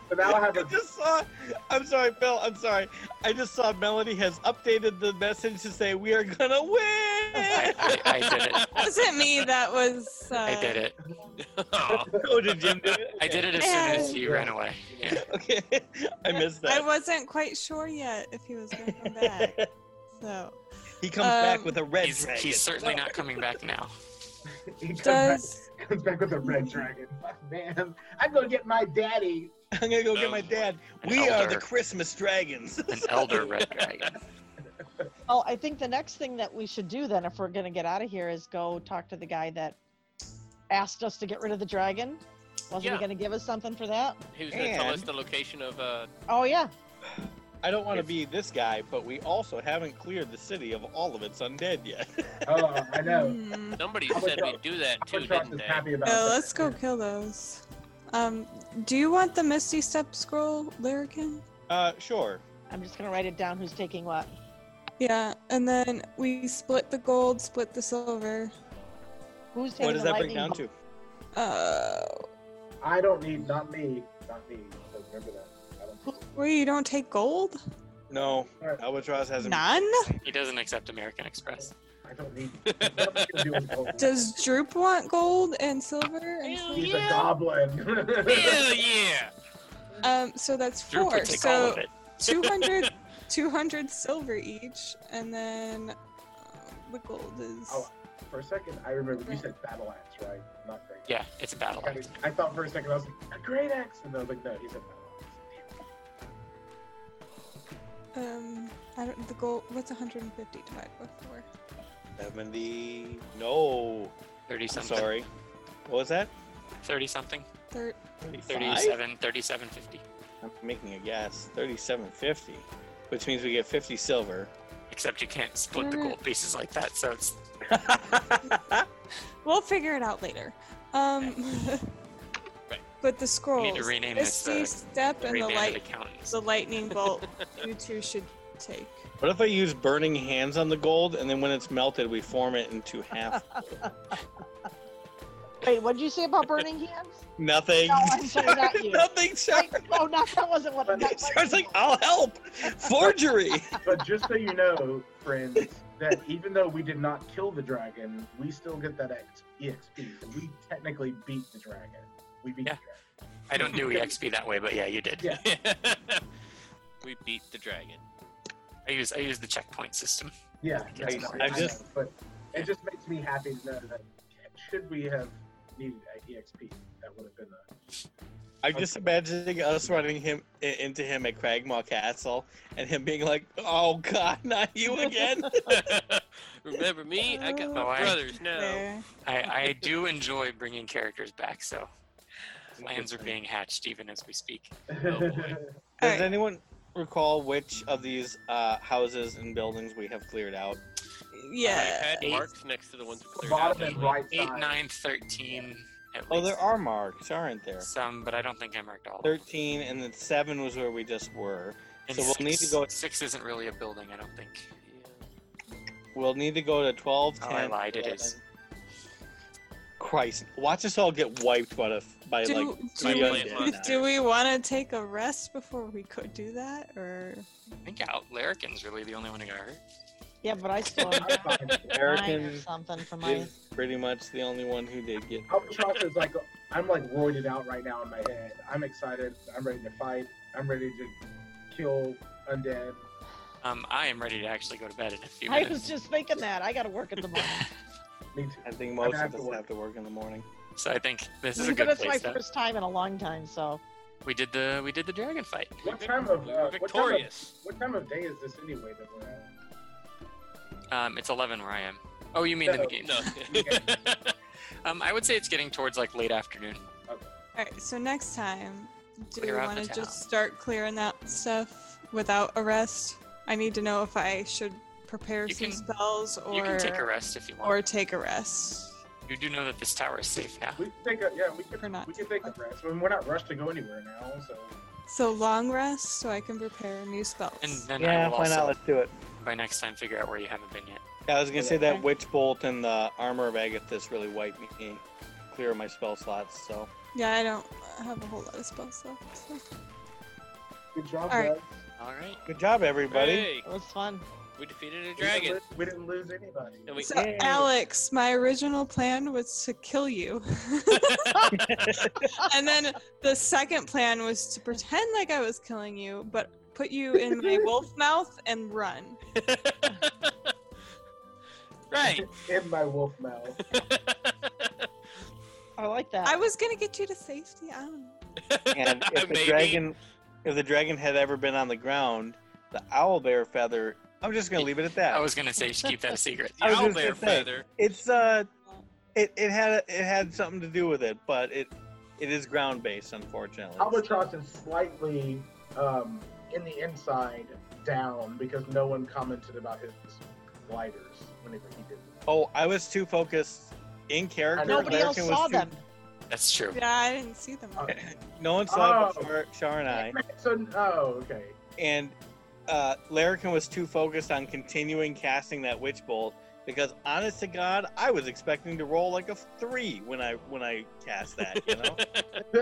Speaker 4: So now I have
Speaker 5: I
Speaker 4: a.
Speaker 5: just saw, I'm sorry, Phil. I'm sorry. I just saw Melody has updated the message to say, we are going to win.
Speaker 1: I, I, I did it.
Speaker 3: That wasn't me. That was. Uh,
Speaker 1: I did it.
Speaker 6: Aw.
Speaker 5: Oh, did Jim do it?
Speaker 1: I did it as soon as you ran away. Yeah.
Speaker 5: Okay. I missed
Speaker 3: I
Speaker 5: that.
Speaker 3: wasn't quite sure yet if he was going to come back. So
Speaker 5: he comes back
Speaker 3: Um,
Speaker 5: with a red
Speaker 1: He's,
Speaker 5: dragon.
Speaker 1: he's certainly not coming back now.
Speaker 4: He comes,
Speaker 3: does
Speaker 4: back, comes back with a red dragon. Fuck, Man, I'm gonna get my daddy.
Speaker 5: I'm going to go get
Speaker 6: Oh,
Speaker 5: my
Speaker 6: boy.
Speaker 5: dad.
Speaker 1: An
Speaker 5: We are
Speaker 1: elder,
Speaker 5: the Christmas dragons.
Speaker 1: an elder red dragon.
Speaker 2: Oh, I think the next thing that we should do then, if we're gonna get out of here, is go talk to the guy that asked us to get rid of the dragon. Wasn't
Speaker 6: Yeah.
Speaker 2: he gonna give us something for that?
Speaker 6: He was going to tell us
Speaker 5: And-
Speaker 6: the location of uh,
Speaker 2: Oh yeah.
Speaker 5: I don't want to be this guy, but we also haven't cleared the city of all of its undead yet.
Speaker 4: Oh, I know.
Speaker 3: Hmm.
Speaker 6: somebody
Speaker 4: Albatross-
Speaker 6: said we'd do that too,
Speaker 4: Albatross
Speaker 6: didn't
Speaker 4: is
Speaker 6: they?
Speaker 4: happy about
Speaker 3: Yeah,
Speaker 4: that.
Speaker 3: let's go kill those. Um, do you want the Misty Step Scroll, Lyrican?
Speaker 5: Uh, sure.
Speaker 2: I'm just gonna write it down who's taking what.
Speaker 3: Yeah, and then we split the gold, split the silver.
Speaker 2: Who's taking
Speaker 5: What does
Speaker 2: the
Speaker 5: that
Speaker 2: lightning
Speaker 5: break down
Speaker 2: bolt?
Speaker 5: to?
Speaker 3: Uh,
Speaker 4: I don't need, not me, not me. So remember that. I don't
Speaker 3: wait, you don't take gold?
Speaker 5: No, Albatross hasn't.
Speaker 3: None?
Speaker 1: He doesn't accept American Express.
Speaker 4: I don't need. nothing to do with gold.
Speaker 3: Does Droop want gold and silver? And
Speaker 9: Ew.
Speaker 3: stuff?
Speaker 4: He's a goblin.
Speaker 6: Hell yeah!
Speaker 3: um, so that's
Speaker 1: Drew
Speaker 3: four.
Speaker 1: would take
Speaker 3: so
Speaker 1: all of it.
Speaker 3: 200, 200 silver each, and then uh, the gold is.
Speaker 4: Oh, for a second, I remember you said battle axe, right? Not great.
Speaker 1: Yeah, it's a battle
Speaker 4: I,
Speaker 1: axe.
Speaker 4: I thought for a second I was like a great axe, and I was like, no, he said battle
Speaker 3: Um, I don't. The gold. What's 150 divided by four?
Speaker 5: Seventy. No.
Speaker 1: Thirty
Speaker 5: I'm
Speaker 1: something.
Speaker 5: sorry. What was that?
Speaker 1: Thirty something.
Speaker 3: Thir-
Speaker 1: 37, 37.50.
Speaker 5: I'm making a guess. Thirty-seven fifty, which means we get fifty silver.
Speaker 1: Except you can't split the gold pieces like that, so it's
Speaker 3: We'll figure it out later. Um,
Speaker 6: Right.
Speaker 3: But the scrolls.
Speaker 1: need to rename this, uh,
Speaker 3: Misty step and the
Speaker 1: Rename
Speaker 3: light,
Speaker 1: the counties.
Speaker 3: the lightning bolt. you two should take.
Speaker 5: What if I use burning hands on the gold and then when it's melted, we form it into half?
Speaker 2: Wait, what did you say about burning hands?
Speaker 5: Nothing.
Speaker 2: No, I'm sorry, not you.
Speaker 5: Nothing. Sorry.
Speaker 2: Like, no, not that wasn't what I meant.
Speaker 5: Sarah's like, I'll help. Forgery.
Speaker 4: But just so you know, friends, that even though we did not kill the dragon, we still get that E X- EXP. So we technically beat the dragon. We beat
Speaker 1: Yeah. I don't do EXP that way, but yeah, you did.
Speaker 4: Yeah.
Speaker 6: we beat the dragon.
Speaker 1: I use I use the checkpoint system.
Speaker 4: the dragon. Yeah.
Speaker 1: I-
Speaker 4: no,
Speaker 5: I just-
Speaker 4: know, but it just makes me happy to know that should we have needed that EXP, that would have been a.
Speaker 5: I'm just imagining us running him i- into him at Cragmaw Castle and him being like, "Oh God, not you again!"
Speaker 6: Remember me? I got my
Speaker 1: Oh, I-
Speaker 6: brothers now.
Speaker 3: There.
Speaker 1: I, I do enjoy bringing characters back, so plans are being hatched even as we speak.
Speaker 6: Oh, boy.
Speaker 3: All
Speaker 5: Does
Speaker 3: right.
Speaker 5: anyone recall which of these uh, houses and buildings we have cleared out?
Speaker 6: I
Speaker 3: Yeah.
Speaker 6: had marks next to the ones cleared out.
Speaker 4: Bottom and right
Speaker 1: Eight,
Speaker 4: side.
Speaker 1: nine, thirteen. At
Speaker 5: Oh,
Speaker 1: least.
Speaker 5: there are marks, aren't there?
Speaker 1: some, but I don't think I marked all. of them.
Speaker 5: Thirteen, and then seven was where we just were.
Speaker 1: And
Speaker 5: so we'll need to
Speaker 1: six-
Speaker 5: go-
Speaker 1: Six isn't really a building, I don't think.
Speaker 5: We'll need to go to 12,
Speaker 1: Oh,
Speaker 5: 10,
Speaker 1: I lied, it is.
Speaker 5: 11. Christ, watch us all get wiped by the by
Speaker 3: Do,
Speaker 5: like
Speaker 3: do,
Speaker 5: three
Speaker 6: my
Speaker 5: undead.
Speaker 6: landmark.
Speaker 3: we, do we want to take a rest before we go do that, or
Speaker 1: I think out Larrikin's really the only one who got hurt.
Speaker 2: Yeah, but I still have
Speaker 4: I'm fine.
Speaker 2: nine or
Speaker 5: American
Speaker 2: something for my.
Speaker 5: is pretty much the only one who did get.
Speaker 4: Albatross is like I'm like roided out right now in my head. I'm excited. I'm ready to fight. I'm ready to kill undead.
Speaker 1: Um, I am ready to actually go to bed in a few
Speaker 2: I
Speaker 1: minutes.
Speaker 2: was just thinking that. I got to work in the morning.
Speaker 4: Me too.
Speaker 5: I think
Speaker 4: I'm
Speaker 5: most
Speaker 4: gonna have
Speaker 5: of
Speaker 4: to
Speaker 5: us
Speaker 4: work.
Speaker 5: have to work in the morning.
Speaker 1: So I think this is a
Speaker 2: Even
Speaker 1: good
Speaker 2: it's my
Speaker 1: place. That
Speaker 2: first time in a long time, so.
Speaker 1: we did the we did the dragon fight.
Speaker 4: What time of
Speaker 6: We were
Speaker 4: uh, what, time of
Speaker 6: victorious.
Speaker 4: what time of day is this anyway that we're at?
Speaker 1: Um, it's eleven where I am. Oh, you mean in the
Speaker 4: No.
Speaker 1: game?
Speaker 6: No.
Speaker 1: Um, I would say it's getting towards like late afternoon.
Speaker 3: all right? So next time, do
Speaker 1: Clear
Speaker 3: we
Speaker 1: out
Speaker 3: want
Speaker 1: the
Speaker 3: to
Speaker 1: town.
Speaker 3: just start clearing that stuff without a rest? I need to know if I should prepare
Speaker 1: You
Speaker 3: some
Speaker 1: can-
Speaker 3: spells or
Speaker 1: you can take a rest if you want.
Speaker 3: or take a rest.
Speaker 1: you do know that this tower is safe now.
Speaker 4: We can take a yeah. We can
Speaker 3: Or not.
Speaker 4: we can take a rest. I mean, we're not rushed to go anywhere now, so
Speaker 3: So long rest, so I can prepare new spells.
Speaker 1: And then I
Speaker 5: Yeah,
Speaker 1: will
Speaker 5: why not?
Speaker 1: also
Speaker 5: Let's do it.
Speaker 1: by next time figure out where you haven't been yet.
Speaker 5: Yeah, I was gonna say
Speaker 2: Okay.
Speaker 5: that witch bolt and the armor of Agathis really wiped me clear of my spell slots. So
Speaker 3: yeah, I don't have a whole lot of spells left. so.
Speaker 4: good job,
Speaker 3: All right.
Speaker 4: guys.
Speaker 1: All right.
Speaker 5: good job, everybody.
Speaker 6: Hey,
Speaker 2: It was fun.
Speaker 6: we defeated a
Speaker 4: We didn't
Speaker 6: dragon.
Speaker 4: lose- We didn't lose anybody.
Speaker 6: And we
Speaker 3: So, Alex, my original plan was to kill you. and then the second plan was to pretend like I was killing you, but put you in my wolf mouth and run.
Speaker 6: Right.
Speaker 4: In my wolf mouth.
Speaker 2: I like that.
Speaker 3: I was going to get you to safety. I don't know.
Speaker 5: And if the
Speaker 6: Maybe.
Speaker 5: dragon, if the dragon had ever been on the ground, the owl bear feather. I'm just gonna leave it at that.
Speaker 1: I was gonna say you should keep that a secret.
Speaker 5: I was
Speaker 6: Owl
Speaker 5: just
Speaker 6: bear
Speaker 5: gonna say.
Speaker 6: feather.
Speaker 5: It's uh, it, it had it had something to do with it, but it it is ground based, unfortunately.
Speaker 4: Albatross is slightly um, in the inside down because no one commented about his gliders whenever he did.
Speaker 5: Oh, I was too focused in character.
Speaker 4: I know,
Speaker 2: Nobody else
Speaker 5: Larkin was
Speaker 2: saw
Speaker 5: too-
Speaker 2: them.
Speaker 1: That's true.
Speaker 3: Yeah, I didn't see them. all.
Speaker 5: No one saw it
Speaker 4: Oh.
Speaker 5: but Char, Char and I.
Speaker 4: So, oh, okay.
Speaker 5: and uh, Larrikin was too focused on continuing casting that witch bolt because, honest to God, I was expecting to roll like a three when I when I cast that. You know,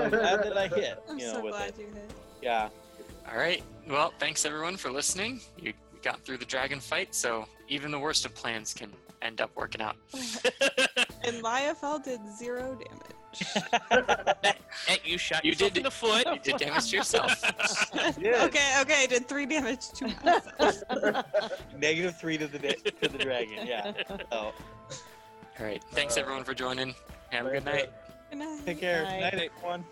Speaker 5: I'm glad that I hit.
Speaker 3: I'm
Speaker 5: you know,
Speaker 3: so
Speaker 5: with
Speaker 3: glad
Speaker 5: it.
Speaker 3: you hit.
Speaker 5: Yeah,
Speaker 1: All right. Well, thanks everyone for listening. You got through the dragon fight, so even the worst of plans can end up working out.
Speaker 3: And Lyafel did zero damage.
Speaker 6: Hey, you shot
Speaker 1: You
Speaker 6: yourself
Speaker 1: did-
Speaker 6: in the foot.
Speaker 1: You did damage to yourself.
Speaker 5: Yeah.
Speaker 3: okay, okay, I did three damage to myself.
Speaker 5: negative three to the da- to the dragon. Yeah.
Speaker 1: All
Speaker 5: So
Speaker 1: right. Thanks everyone for joining. Have a good night.
Speaker 3: Good night.
Speaker 5: take care.
Speaker 2: Bye.
Speaker 5: Night, everyone.